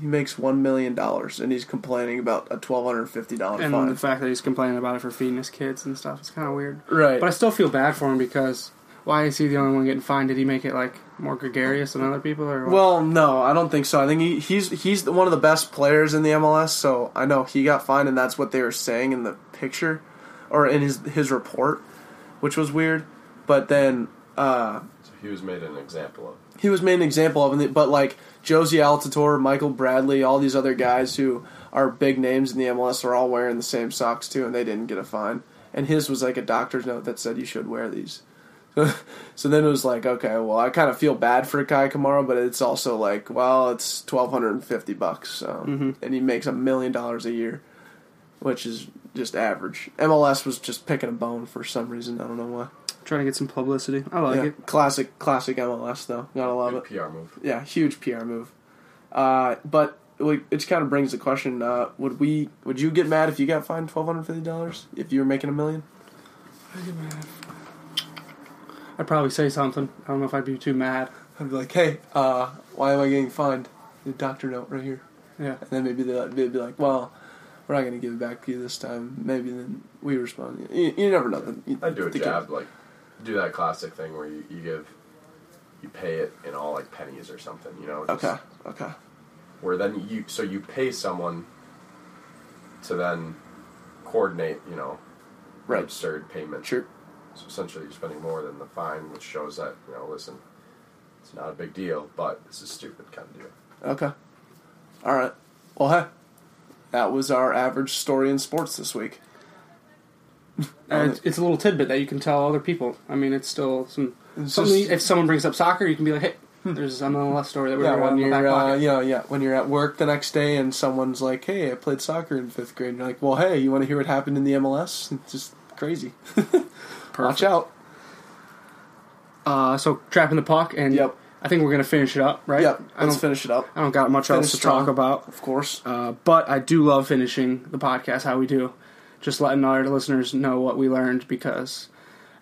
Speaker 5: He makes one million dollars, and he's complaining about a twelve hundred fifty dollar
Speaker 2: And the
Speaker 5: fine.
Speaker 2: fact that he's complaining about it for feeding his kids and stuff. It's kind of weird.
Speaker 5: right.
Speaker 2: But I still feel bad for him because why is he the only one getting fined? Did he make it like more gregarious than other people? Or what?
Speaker 5: Well, no, I don't think so. I think he, he's he's the- one of the best players in the MLS, so I know he got fined, and that's what they were saying in the picture. or in his his report, which was weird. But then uh,
Speaker 4: So he was made an example of.
Speaker 5: he was made an example of, and they- but like Josie Altador, Michael Bradley, all these other guys who are big names in the MLS are all wearing the same socks too, and they didn't get a fine. And his was like a doctor's note that said you should wear these. *laughs* so then it was like, okay, well, I kind of feel bad for Kai Kamara, but it's also like, well, it's twelve hundred and fifty bucks, so,
Speaker 9: Mm-hmm.
Speaker 5: and he makes a million dollars a year, which is just average. MLS was just picking a bone for some reason. I don't know why.
Speaker 9: Trying to get some publicity. I like
Speaker 5: Yeah.
Speaker 9: it.
Speaker 5: Classic, classic MLS though. Gotta love it
Speaker 4: Good PR move.
Speaker 5: yeah, huge PR move. Uh, but like, it just kind of brings the question: uh, Would we? Would you get mad if you got fined twelve hundred fifty dollars if you were making a million?
Speaker 9: I'd probably say something. I don't know if I'd be too mad.
Speaker 5: I'd be like, hey, uh, why am I getting fined? The doctor note right here.
Speaker 9: Yeah.
Speaker 5: And then maybe they'd they'd be like, well, we're not going to give it back to you this time. Maybe then we respond. You, you never know. You-
Speaker 4: I'd do a
Speaker 5: the
Speaker 4: jab, like do that classic thing where you, you give, you pay it in all like pennies or something, you know. just-
Speaker 5: Okay. Okay.
Speaker 4: Where then you so you pay someone to then coordinate, you know,
Speaker 5: Right.
Speaker 4: absurd payment.
Speaker 5: Sure.
Speaker 4: So essentially, you're spending more than the fine, which shows that you know, listen, it's not a big deal, but this is stupid kind of deal.
Speaker 5: Okay. All right. Well, hey, that was our average story in sports this week.
Speaker 9: Uh,
Speaker 5: Um,
Speaker 9: it's, it's a little tidbit that you can tell other people. I mean, it's still some.
Speaker 5: It's
Speaker 9: something-
Speaker 5: just- Hmm.
Speaker 9: if someone brings up soccer, you can be like, "Hey, there's this MLS story that we
Speaker 5: Yeah,
Speaker 9: were on
Speaker 5: when
Speaker 9: the back
Speaker 5: you're, uh,
Speaker 9: pocket."
Speaker 5: you know, yeah, when you're at work the next day and someone's like, "Hey, I played soccer in fifth grade," and you're like, "Well, hey, you want to hear what happened in the MLS?" It's *laughs* just crazy. Watch out.
Speaker 9: Uh, so trapping the puck, and
Speaker 5: Yep.
Speaker 9: I think we're gonna finish it up, right?
Speaker 5: Yep,
Speaker 9: I
Speaker 5: let's
Speaker 9: don't,
Speaker 5: finish it up.
Speaker 9: I don't got much
Speaker 5: finish
Speaker 9: else to
Speaker 5: strong.
Speaker 9: talk about,
Speaker 5: Of course,
Speaker 9: uh, but I do love finishing the podcast how we do, just letting our listeners know what we learned because,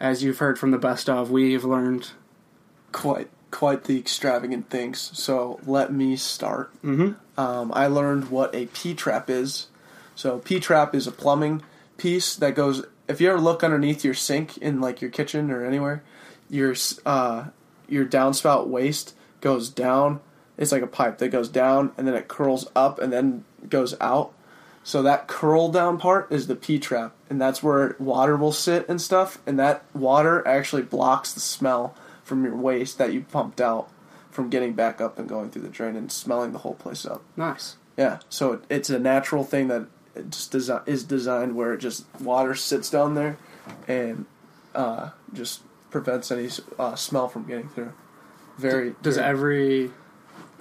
Speaker 9: as you've heard from the best of, we've learned
Speaker 5: quite quite the extravagant things. So let me start. Mm-hmm. Um, I learned what a P trap is. So P trap is a plumbing piece that goes. If you ever look underneath your sink in like your kitchen or anywhere, your s- uh, your downspout waste goes down. It's like a pipe that goes down and then it curls up and then goes out. So that curl down part is the P trap, and that's where water will sit and stuff. And that water actually blocks the smell from your waste that you pumped out from getting back up and going through the drain and smelling the whole place up.
Speaker 9: nice.
Speaker 5: Yeah, so it, it's a natural thing that it just desi- is designed where it just water sits down there and uh, just prevents any uh, smell from getting through. Very
Speaker 9: Does
Speaker 5: very-
Speaker 9: every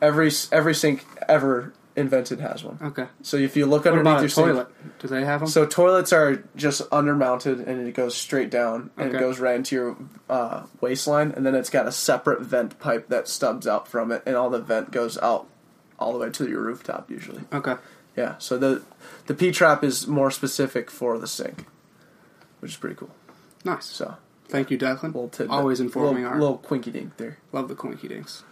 Speaker 5: every s- every sink ever invented has one.
Speaker 9: okay?
Speaker 5: So if you look
Speaker 9: What
Speaker 5: underneath
Speaker 9: about
Speaker 5: your
Speaker 9: a
Speaker 5: sink-
Speaker 9: toilet? Do they have them?
Speaker 5: so toilets are just undermounted, and it goes straight down, and it
Speaker 9: Okay.
Speaker 5: goes right into your uh, waistline, and then it's got a separate vent pipe that stubs out from it, and all the vent goes out all the way to your rooftop usually.
Speaker 9: okay.
Speaker 5: Yeah. So the the P trap is more specific for the sink, which is pretty cool.
Speaker 9: Nice.
Speaker 5: So
Speaker 9: Thank you, Declan.
Speaker 5: little tidbit,
Speaker 9: Always informing
Speaker 5: little,
Speaker 9: our
Speaker 5: little quinky dink there.
Speaker 9: love the coinky dinks.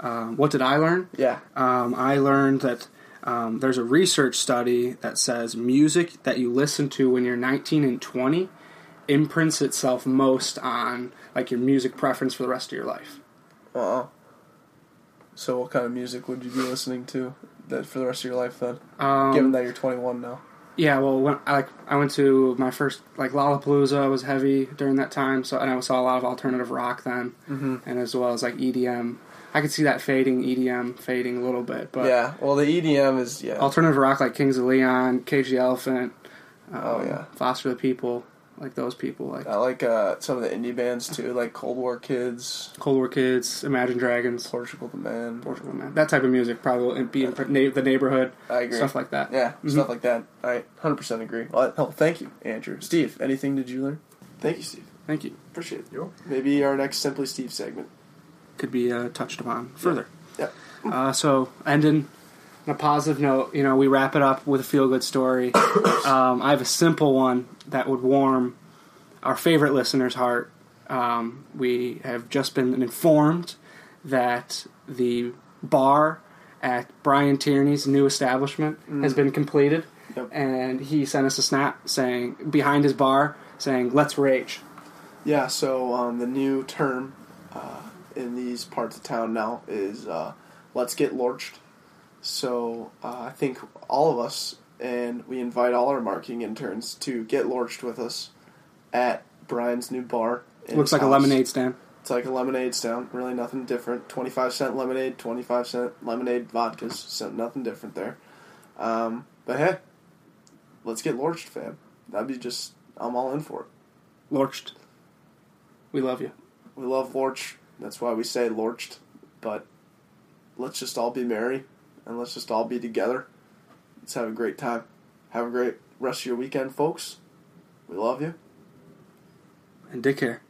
Speaker 9: Um, what did I learn?
Speaker 5: Yeah.
Speaker 9: Um, I learned that um, there's a research study that says music that you listen to when you're 19 and 20 imprints itself most on like your music preference for the rest of your life.
Speaker 5: Uh. So what kind of music would you be listening to that for the rest of your life then?
Speaker 9: Um,
Speaker 5: Given that you're 21 now.
Speaker 9: Yeah, well, when I like I went to my first like Lollapalooza was heavy during that time, so and I saw a lot of alternative rock then,
Speaker 5: Mm-hmm.
Speaker 9: and as well as like EDM. I could see that fading EDM fading a little bit, but
Speaker 5: yeah. Well, the EDM is yeah.
Speaker 9: alternative rock like Kings of Leon, Cage the Elephant, um,
Speaker 5: Oh, yeah.
Speaker 9: Foster the People, like those people, like
Speaker 5: I like uh, some of the indie bands too, like Cold War Kids,
Speaker 9: Cold War Kids, Imagine Dragons,
Speaker 5: Portugal the Man.
Speaker 9: Portugal Man, that type of music probably will be in na- the neighborhood,
Speaker 5: I agree.
Speaker 9: stuff like that.
Speaker 5: yeah, stuff like that. I 100% agree. Well, hell, thank you, Andrew. Steve, anything did you learn? Thank you, Steve.
Speaker 9: Thank you.
Speaker 5: Appreciate it.
Speaker 4: You're
Speaker 5: Maybe our next Simply Steve segment.
Speaker 9: Could be uh, touched upon further.
Speaker 5: Yeah.
Speaker 9: Uh, so ending on a positive note, you know, we wrap it up with a feel good story. *coughs* um, I have a simple one that would warm our favorite listener's heart. Um, we have just been informed that the bar at Brian Tierney's new establishment has been completed,
Speaker 5: Mm. Yep.
Speaker 9: and he sent us a snap saying behind his bar saying "Let's rage."
Speaker 5: Yeah, so um, the new term uh, in these parts of town now is uh, let's get lorched. So uh, I think all of us and we invite all our marketing interns to get lorched with us at Brian's new bar. in
Speaker 2: Looks
Speaker 5: his
Speaker 2: like a
Speaker 5: house.
Speaker 2: lemonade stand.
Speaker 5: It's like a lemonade stand. Really nothing different. 25 cent lemonade, 25 cent lemonade vodkas. So nothing different there. Um, but hey, let's get lorched, fam. That'd be just, I'm all in for it.
Speaker 2: Lorched. We love you.
Speaker 5: We love lorch. That's why we say lorched. But let's just all be merry and let's just all be together. Let's have a great time. Have a great rest of your weekend, folks. We love you.
Speaker 2: And dick hair.